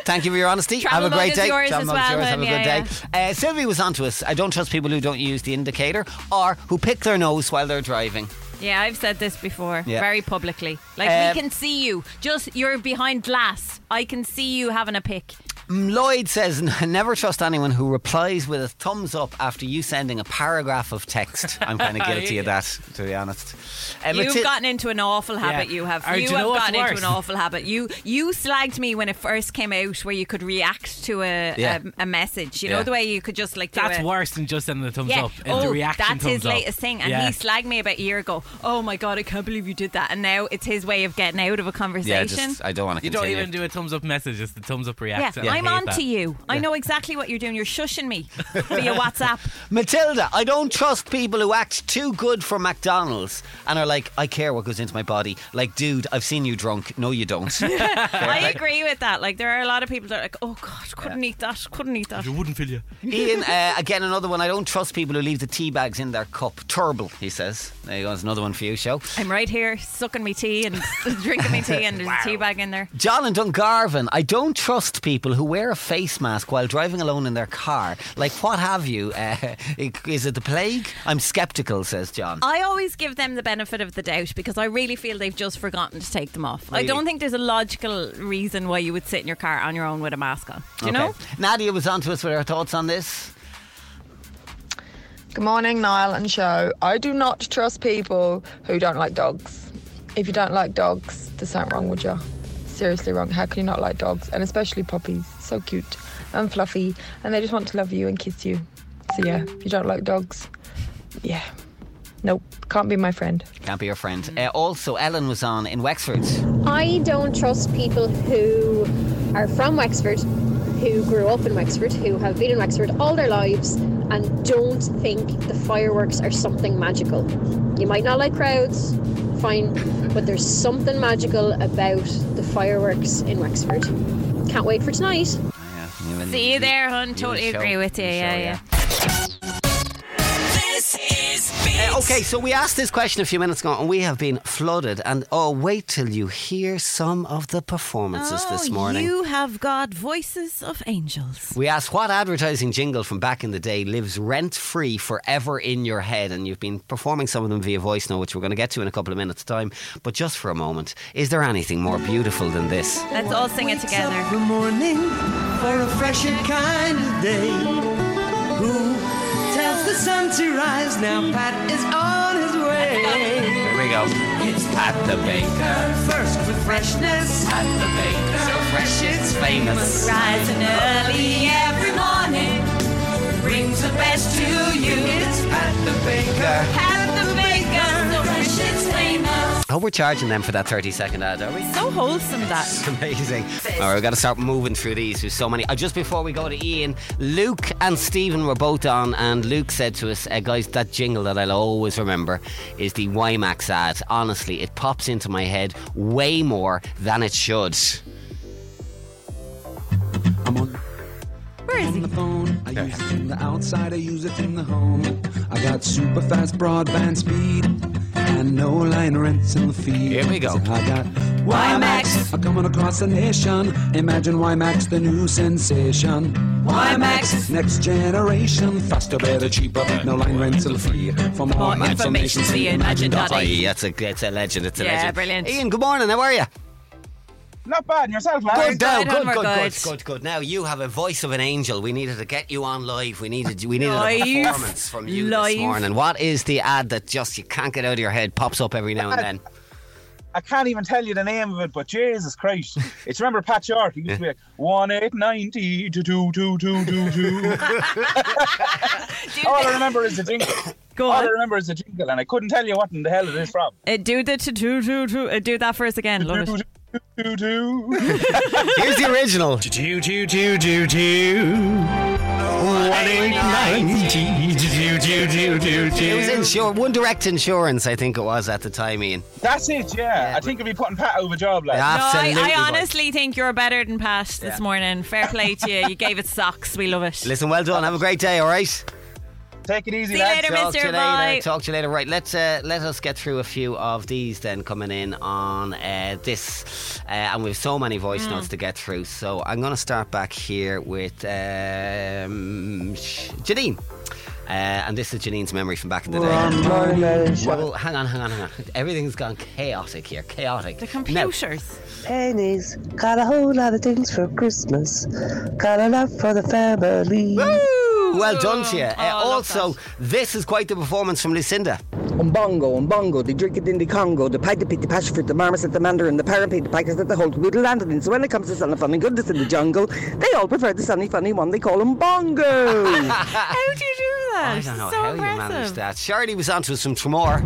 Speaker 4: thank you for your honesty.
Speaker 8: Travel
Speaker 4: Have a
Speaker 8: mug
Speaker 4: great
Speaker 8: is
Speaker 4: day.
Speaker 8: yours
Speaker 4: Travel
Speaker 8: as
Speaker 4: mug is
Speaker 8: well
Speaker 4: yours. Have a
Speaker 8: then,
Speaker 4: good
Speaker 8: yeah,
Speaker 4: day. Uh, Sylvie was on to us. I don't trust people who don't use the indicator or who pick their nose while they're driving.
Speaker 5: Yeah, I've said this before
Speaker 4: Yeah.
Speaker 5: very publicly. Like
Speaker 4: Um,
Speaker 5: we can see you. Just you're behind glass. I can see you having a pick.
Speaker 4: Mm, Lloyd says, "N- never trust anyone who replies with a thumbs up after you sending a paragraph of text. I'm kind of guilty of that, to be honest. Um,
Speaker 5: You've
Speaker 4: Matil-
Speaker 5: gotten into an awful habit.
Speaker 4: Yeah.
Speaker 5: You have.
Speaker 4: Or do
Speaker 5: you
Speaker 4: you know
Speaker 5: have
Speaker 4: what's
Speaker 5: gotten
Speaker 4: worse?
Speaker 5: into an awful habit. You you slagged me when it first came out, where you could react to a
Speaker 6: Yeah.
Speaker 5: a, a message. You
Speaker 6: Yeah.
Speaker 5: know the way you could just like do
Speaker 6: That's
Speaker 5: a-
Speaker 6: worse than just sending the thumbs
Speaker 5: yeah.
Speaker 6: up. It's
Speaker 5: oh,
Speaker 6: the reaction
Speaker 5: that's
Speaker 6: thumbs
Speaker 5: his
Speaker 6: up.
Speaker 5: latest thing, and
Speaker 6: yeah.
Speaker 5: he slagged me about a year ago. Oh my god, I can't believe you did that. And now it's his way of getting out of a conversation.
Speaker 4: I don't want
Speaker 6: You don't even do a thumbs up message. It's the thumbs up reaction.
Speaker 5: Yeah, I'm
Speaker 6: I hate
Speaker 5: on
Speaker 6: that.
Speaker 5: to you. I know exactly what you're doing. You're shushing me via WhatsApp.
Speaker 4: Matilda, I don't trust people who act too good for McDonald's and are like, I care what goes into my body. Like, dude, I've seen you drunk. No, you don't.
Speaker 5: I agree with that. Like there are a lot of people that are like, oh god, couldn't eat that, couldn't eat that.
Speaker 6: You wouldn't feel you.
Speaker 4: Ian, uh, again, another one. I don't trust people who leave the tea bags in their cup. Turble, he says. There you go. That's another one for you, show.
Speaker 5: I'm right here sucking me tea and drinking me tea, and there's a tea bag in there.
Speaker 4: John and Dungarvan, I don't trust people who wear a face mask while driving alone in their car. Like, what have you? Uh, is it the plague? I'm skeptical, says John.
Speaker 5: I always give them the benefit of the doubt because I really feel they've just forgotten to take them off. I
Speaker 4: Really?
Speaker 5: don't think there's a logical reason why you would sit in your car on your own with a mask on. Do you know?
Speaker 4: Nadia was on to us with her thoughts on this.
Speaker 9: Good morning, Niall and show. I do not trust people who don't like dogs. If you don't like dogs, there's something wrong with you. Seriously wrong. How can you not like dogs? And especially puppies. So cute and fluffy, and they just want to love you and kiss you. So, yeah, if you don't like dogs, yeah. Nope, can't be my friend.
Speaker 4: Can't be your friend.
Speaker 5: Mm.
Speaker 4: Uh, also, Ellen was on in Wexford.
Speaker 10: I don't trust people who are from Wexford, who grew up in Wexford, who have been in Wexford all their lives, and don't think the fireworks are something magical. You might not like crowds, fine, but there's something magical about the fireworks in Wexford. Can't wait for tonight.
Speaker 5: See you there, hun.
Speaker 10: You
Speaker 5: Totally
Speaker 10: show-
Speaker 5: agree with you. yeah, yeah.
Speaker 21: This is
Speaker 4: Uh, okay, so we asked this question a few minutes ago, and we have been flooded. And oh, wait till you hear some of the performances this morning.
Speaker 5: Oh, You have got voices of angels.
Speaker 4: We asked what advertising jingle from back in the day lives rent free forever in your head, and you've been performing some of them via voice now, which we're going to get to in a couple of minutes' time. But just for a moment, is there anything more beautiful than this?
Speaker 5: Let's all sing it together.
Speaker 23: The morning for a fresher kind of day. Who tells the sun to rise? Now Pat is on his way.
Speaker 4: Here we go. It's Pat the Baker.
Speaker 23: First with freshness. Pat the Baker. So fresh it's famous.
Speaker 21: Rising early every morning brings the best to you. It's Pat the Baker. Pat the Baker. The fresh is famous.
Speaker 4: Oh, we're charging them for that 30 second ad, are we?
Speaker 5: So wholesome that.
Speaker 4: It's amazing. All right, we've got to start moving through these. There's so many. Uh, just before we go to Ian, Luke and Stephen were both on, and Luke said to us, uh, guys, that jingle that I'll always remember is the Wimax ad. Honestly, it pops into my head way more than it should.
Speaker 5: Where is
Speaker 24: on the phone. I use it in the outside, I use it in the home. I got super fast broadband speed and no line rents in the feed. Here we go. I got WiMAX. I'm coming across the nation. Imagine WiMAX, the new sensation. WiMAX. Next generation. Faster, better, cheaper. No line rents in the feed. For more, information, see
Speaker 4: Aye, That's a, it's a legend. It's a
Speaker 24: Yeah,
Speaker 4: legend.
Speaker 24: brilliant.
Speaker 4: Ian, good morning. How are you?
Speaker 24: Not bad. And yourself,
Speaker 4: Good, now, good, good, good, good, good, good. Now you have a voice of an angel. We needed to get you on live. We needed, we needed
Speaker 24: Live.
Speaker 4: a performance from you
Speaker 24: Live.
Speaker 4: this morning. What is the ad that just you can't get out of your head? Pops up every now and then.
Speaker 24: I can't even tell you the name of it, but Jesus Christ. It's remember Pat Short, he used to be like one eight ninety two two two two two two. All I remember is the jingle.
Speaker 5: Go
Speaker 24: All I remember is the jingle, and I couldn't tell you what in the hell it is from.
Speaker 5: Uh, do the to do do do. Uh, do that for us again. Love it.
Speaker 24: Do do.
Speaker 4: Here's the original.
Speaker 24: Do do do do do.
Speaker 4: One eight ninety. It was insur- One Direct Insurance, I think it was at the time, Ian.
Speaker 24: That's it, yeah. I think it'd be putting Pat over job, like.
Speaker 4: Yeah,
Speaker 5: No,
Speaker 4: Absolutely,
Speaker 5: I,
Speaker 4: boy.
Speaker 5: I honestly think you're better than Pat this
Speaker 4: Yeah.
Speaker 5: morning. Fair play to you. You gave it socks. We love it.
Speaker 4: Listen, well done. Have a great day. All right.
Speaker 24: Take it easy,
Speaker 5: See you lads. later,
Speaker 4: Talk
Speaker 5: mister.
Speaker 4: To you
Speaker 5: Bye.
Speaker 4: later. Talk to you later. Right, let's uh, let us get through a few of these then coming in on uh, this, uh, and we have so many voice
Speaker 5: Hmm.
Speaker 24: Mm.
Speaker 4: notes to get through. So I'm going to start back here with um, Sh- Janine. Uh, and this is Janine's memory from back in the
Speaker 16: Wrong
Speaker 4: day.
Speaker 16: morning, ladies.
Speaker 4: Well, hang on, hang on, hang on. Everything's gone chaotic here. Chaotic. The
Speaker 5: computers.
Speaker 16: Pennies. Got a whole lot of things for Christmas. Got a lot for the family.
Speaker 4: well done to you.
Speaker 5: Oh,
Speaker 4: Uh, also, this is quite the performance from Lucinda.
Speaker 25: Umbongo, umbongo, they drink it in the Congo, the pie, the pit, the passion fruit, the marmoset, the mandarin, the parapet, the pikers, the whole weedle and it. So when it comes to sunny funny goodness in the jungle, they all prefer the sunny funny one they call umbongo.
Speaker 5: How do you do that?
Speaker 4: I don't know
Speaker 5: so
Speaker 4: how
Speaker 5: impressive.
Speaker 4: you managed that. Charity was onto us from Tremor.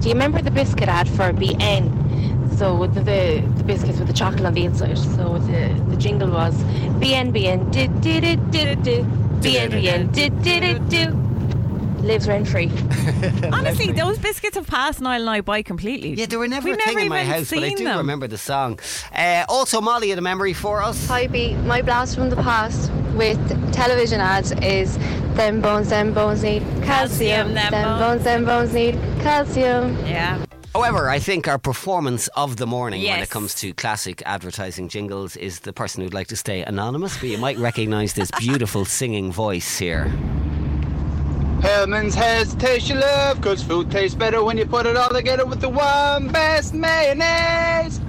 Speaker 12: Do you remember the biscuit ad for BN? So with the, the, biscuits with the chocolate on the inside. So the, the jingle was BN BN did did it did it do BN BN did did it do lives rent free.
Speaker 5: Honestly, those biscuits have passed Niall and I by completely. Yeah,
Speaker 4: they were never
Speaker 5: We've
Speaker 4: a thing
Speaker 5: never
Speaker 4: in my
Speaker 5: even
Speaker 4: house,
Speaker 5: seen
Speaker 4: but I do
Speaker 5: them.
Speaker 4: remember the song. Uh, also, Molly had a memory for us.
Speaker 26: Hi B, my blast from the past with television ads is them bones, them bones need calcium, them bones, them bones need calcium.
Speaker 5: Yeah.
Speaker 4: However, I think our performance of the morning when
Speaker 26: Yes.
Speaker 4: it comes to classic advertising jingles is the person who'd like to stay anonymous, but you might recognise this beautiful singing voice here.
Speaker 27: Hellman's has taste your love, cause food tastes better when you put it all together with the one best mayonnaise.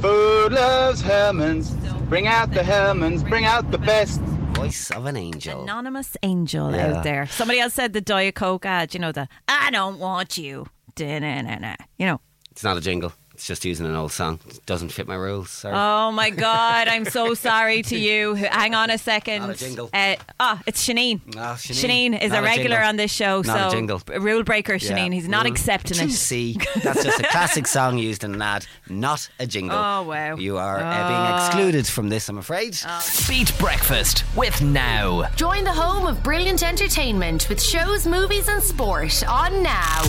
Speaker 27: Food loves Hellman's. Bring out the Hellman's, bring out the best.
Speaker 4: Voice of an angel.
Speaker 5: Anonymous angel
Speaker 4: Yeah.
Speaker 5: out there. Somebody else said the Diet Coke ad. You know the I don't want you. Da-na-na-na. You know.
Speaker 4: It's not a jingle, it's just using an old song. It doesn't fit my rules, sorry.
Speaker 5: Oh my God! I'm so sorry to you. Hang on a second.
Speaker 4: Not a jingle.
Speaker 5: Uh, oh, it's Shaneen.
Speaker 4: Ah, Shaneen.
Speaker 5: Shaneen is
Speaker 4: Not
Speaker 5: a
Speaker 4: a
Speaker 5: regular
Speaker 4: jingle.
Speaker 5: on this show,
Speaker 4: Not a
Speaker 5: so
Speaker 4: jingle.
Speaker 5: b- rule breaker Shaneen.
Speaker 4: Yeah.
Speaker 5: He's not
Speaker 4: Rule
Speaker 5: accepting it.
Speaker 4: See, that's just a classic song used in an ad, not a jingle.
Speaker 5: Oh, wow.
Speaker 4: You are uh, being excluded from this, I'm afraid.
Speaker 28: Beat breakfast with now.
Speaker 2: Join the home of brilliant entertainment with shows, movies, and sport on now.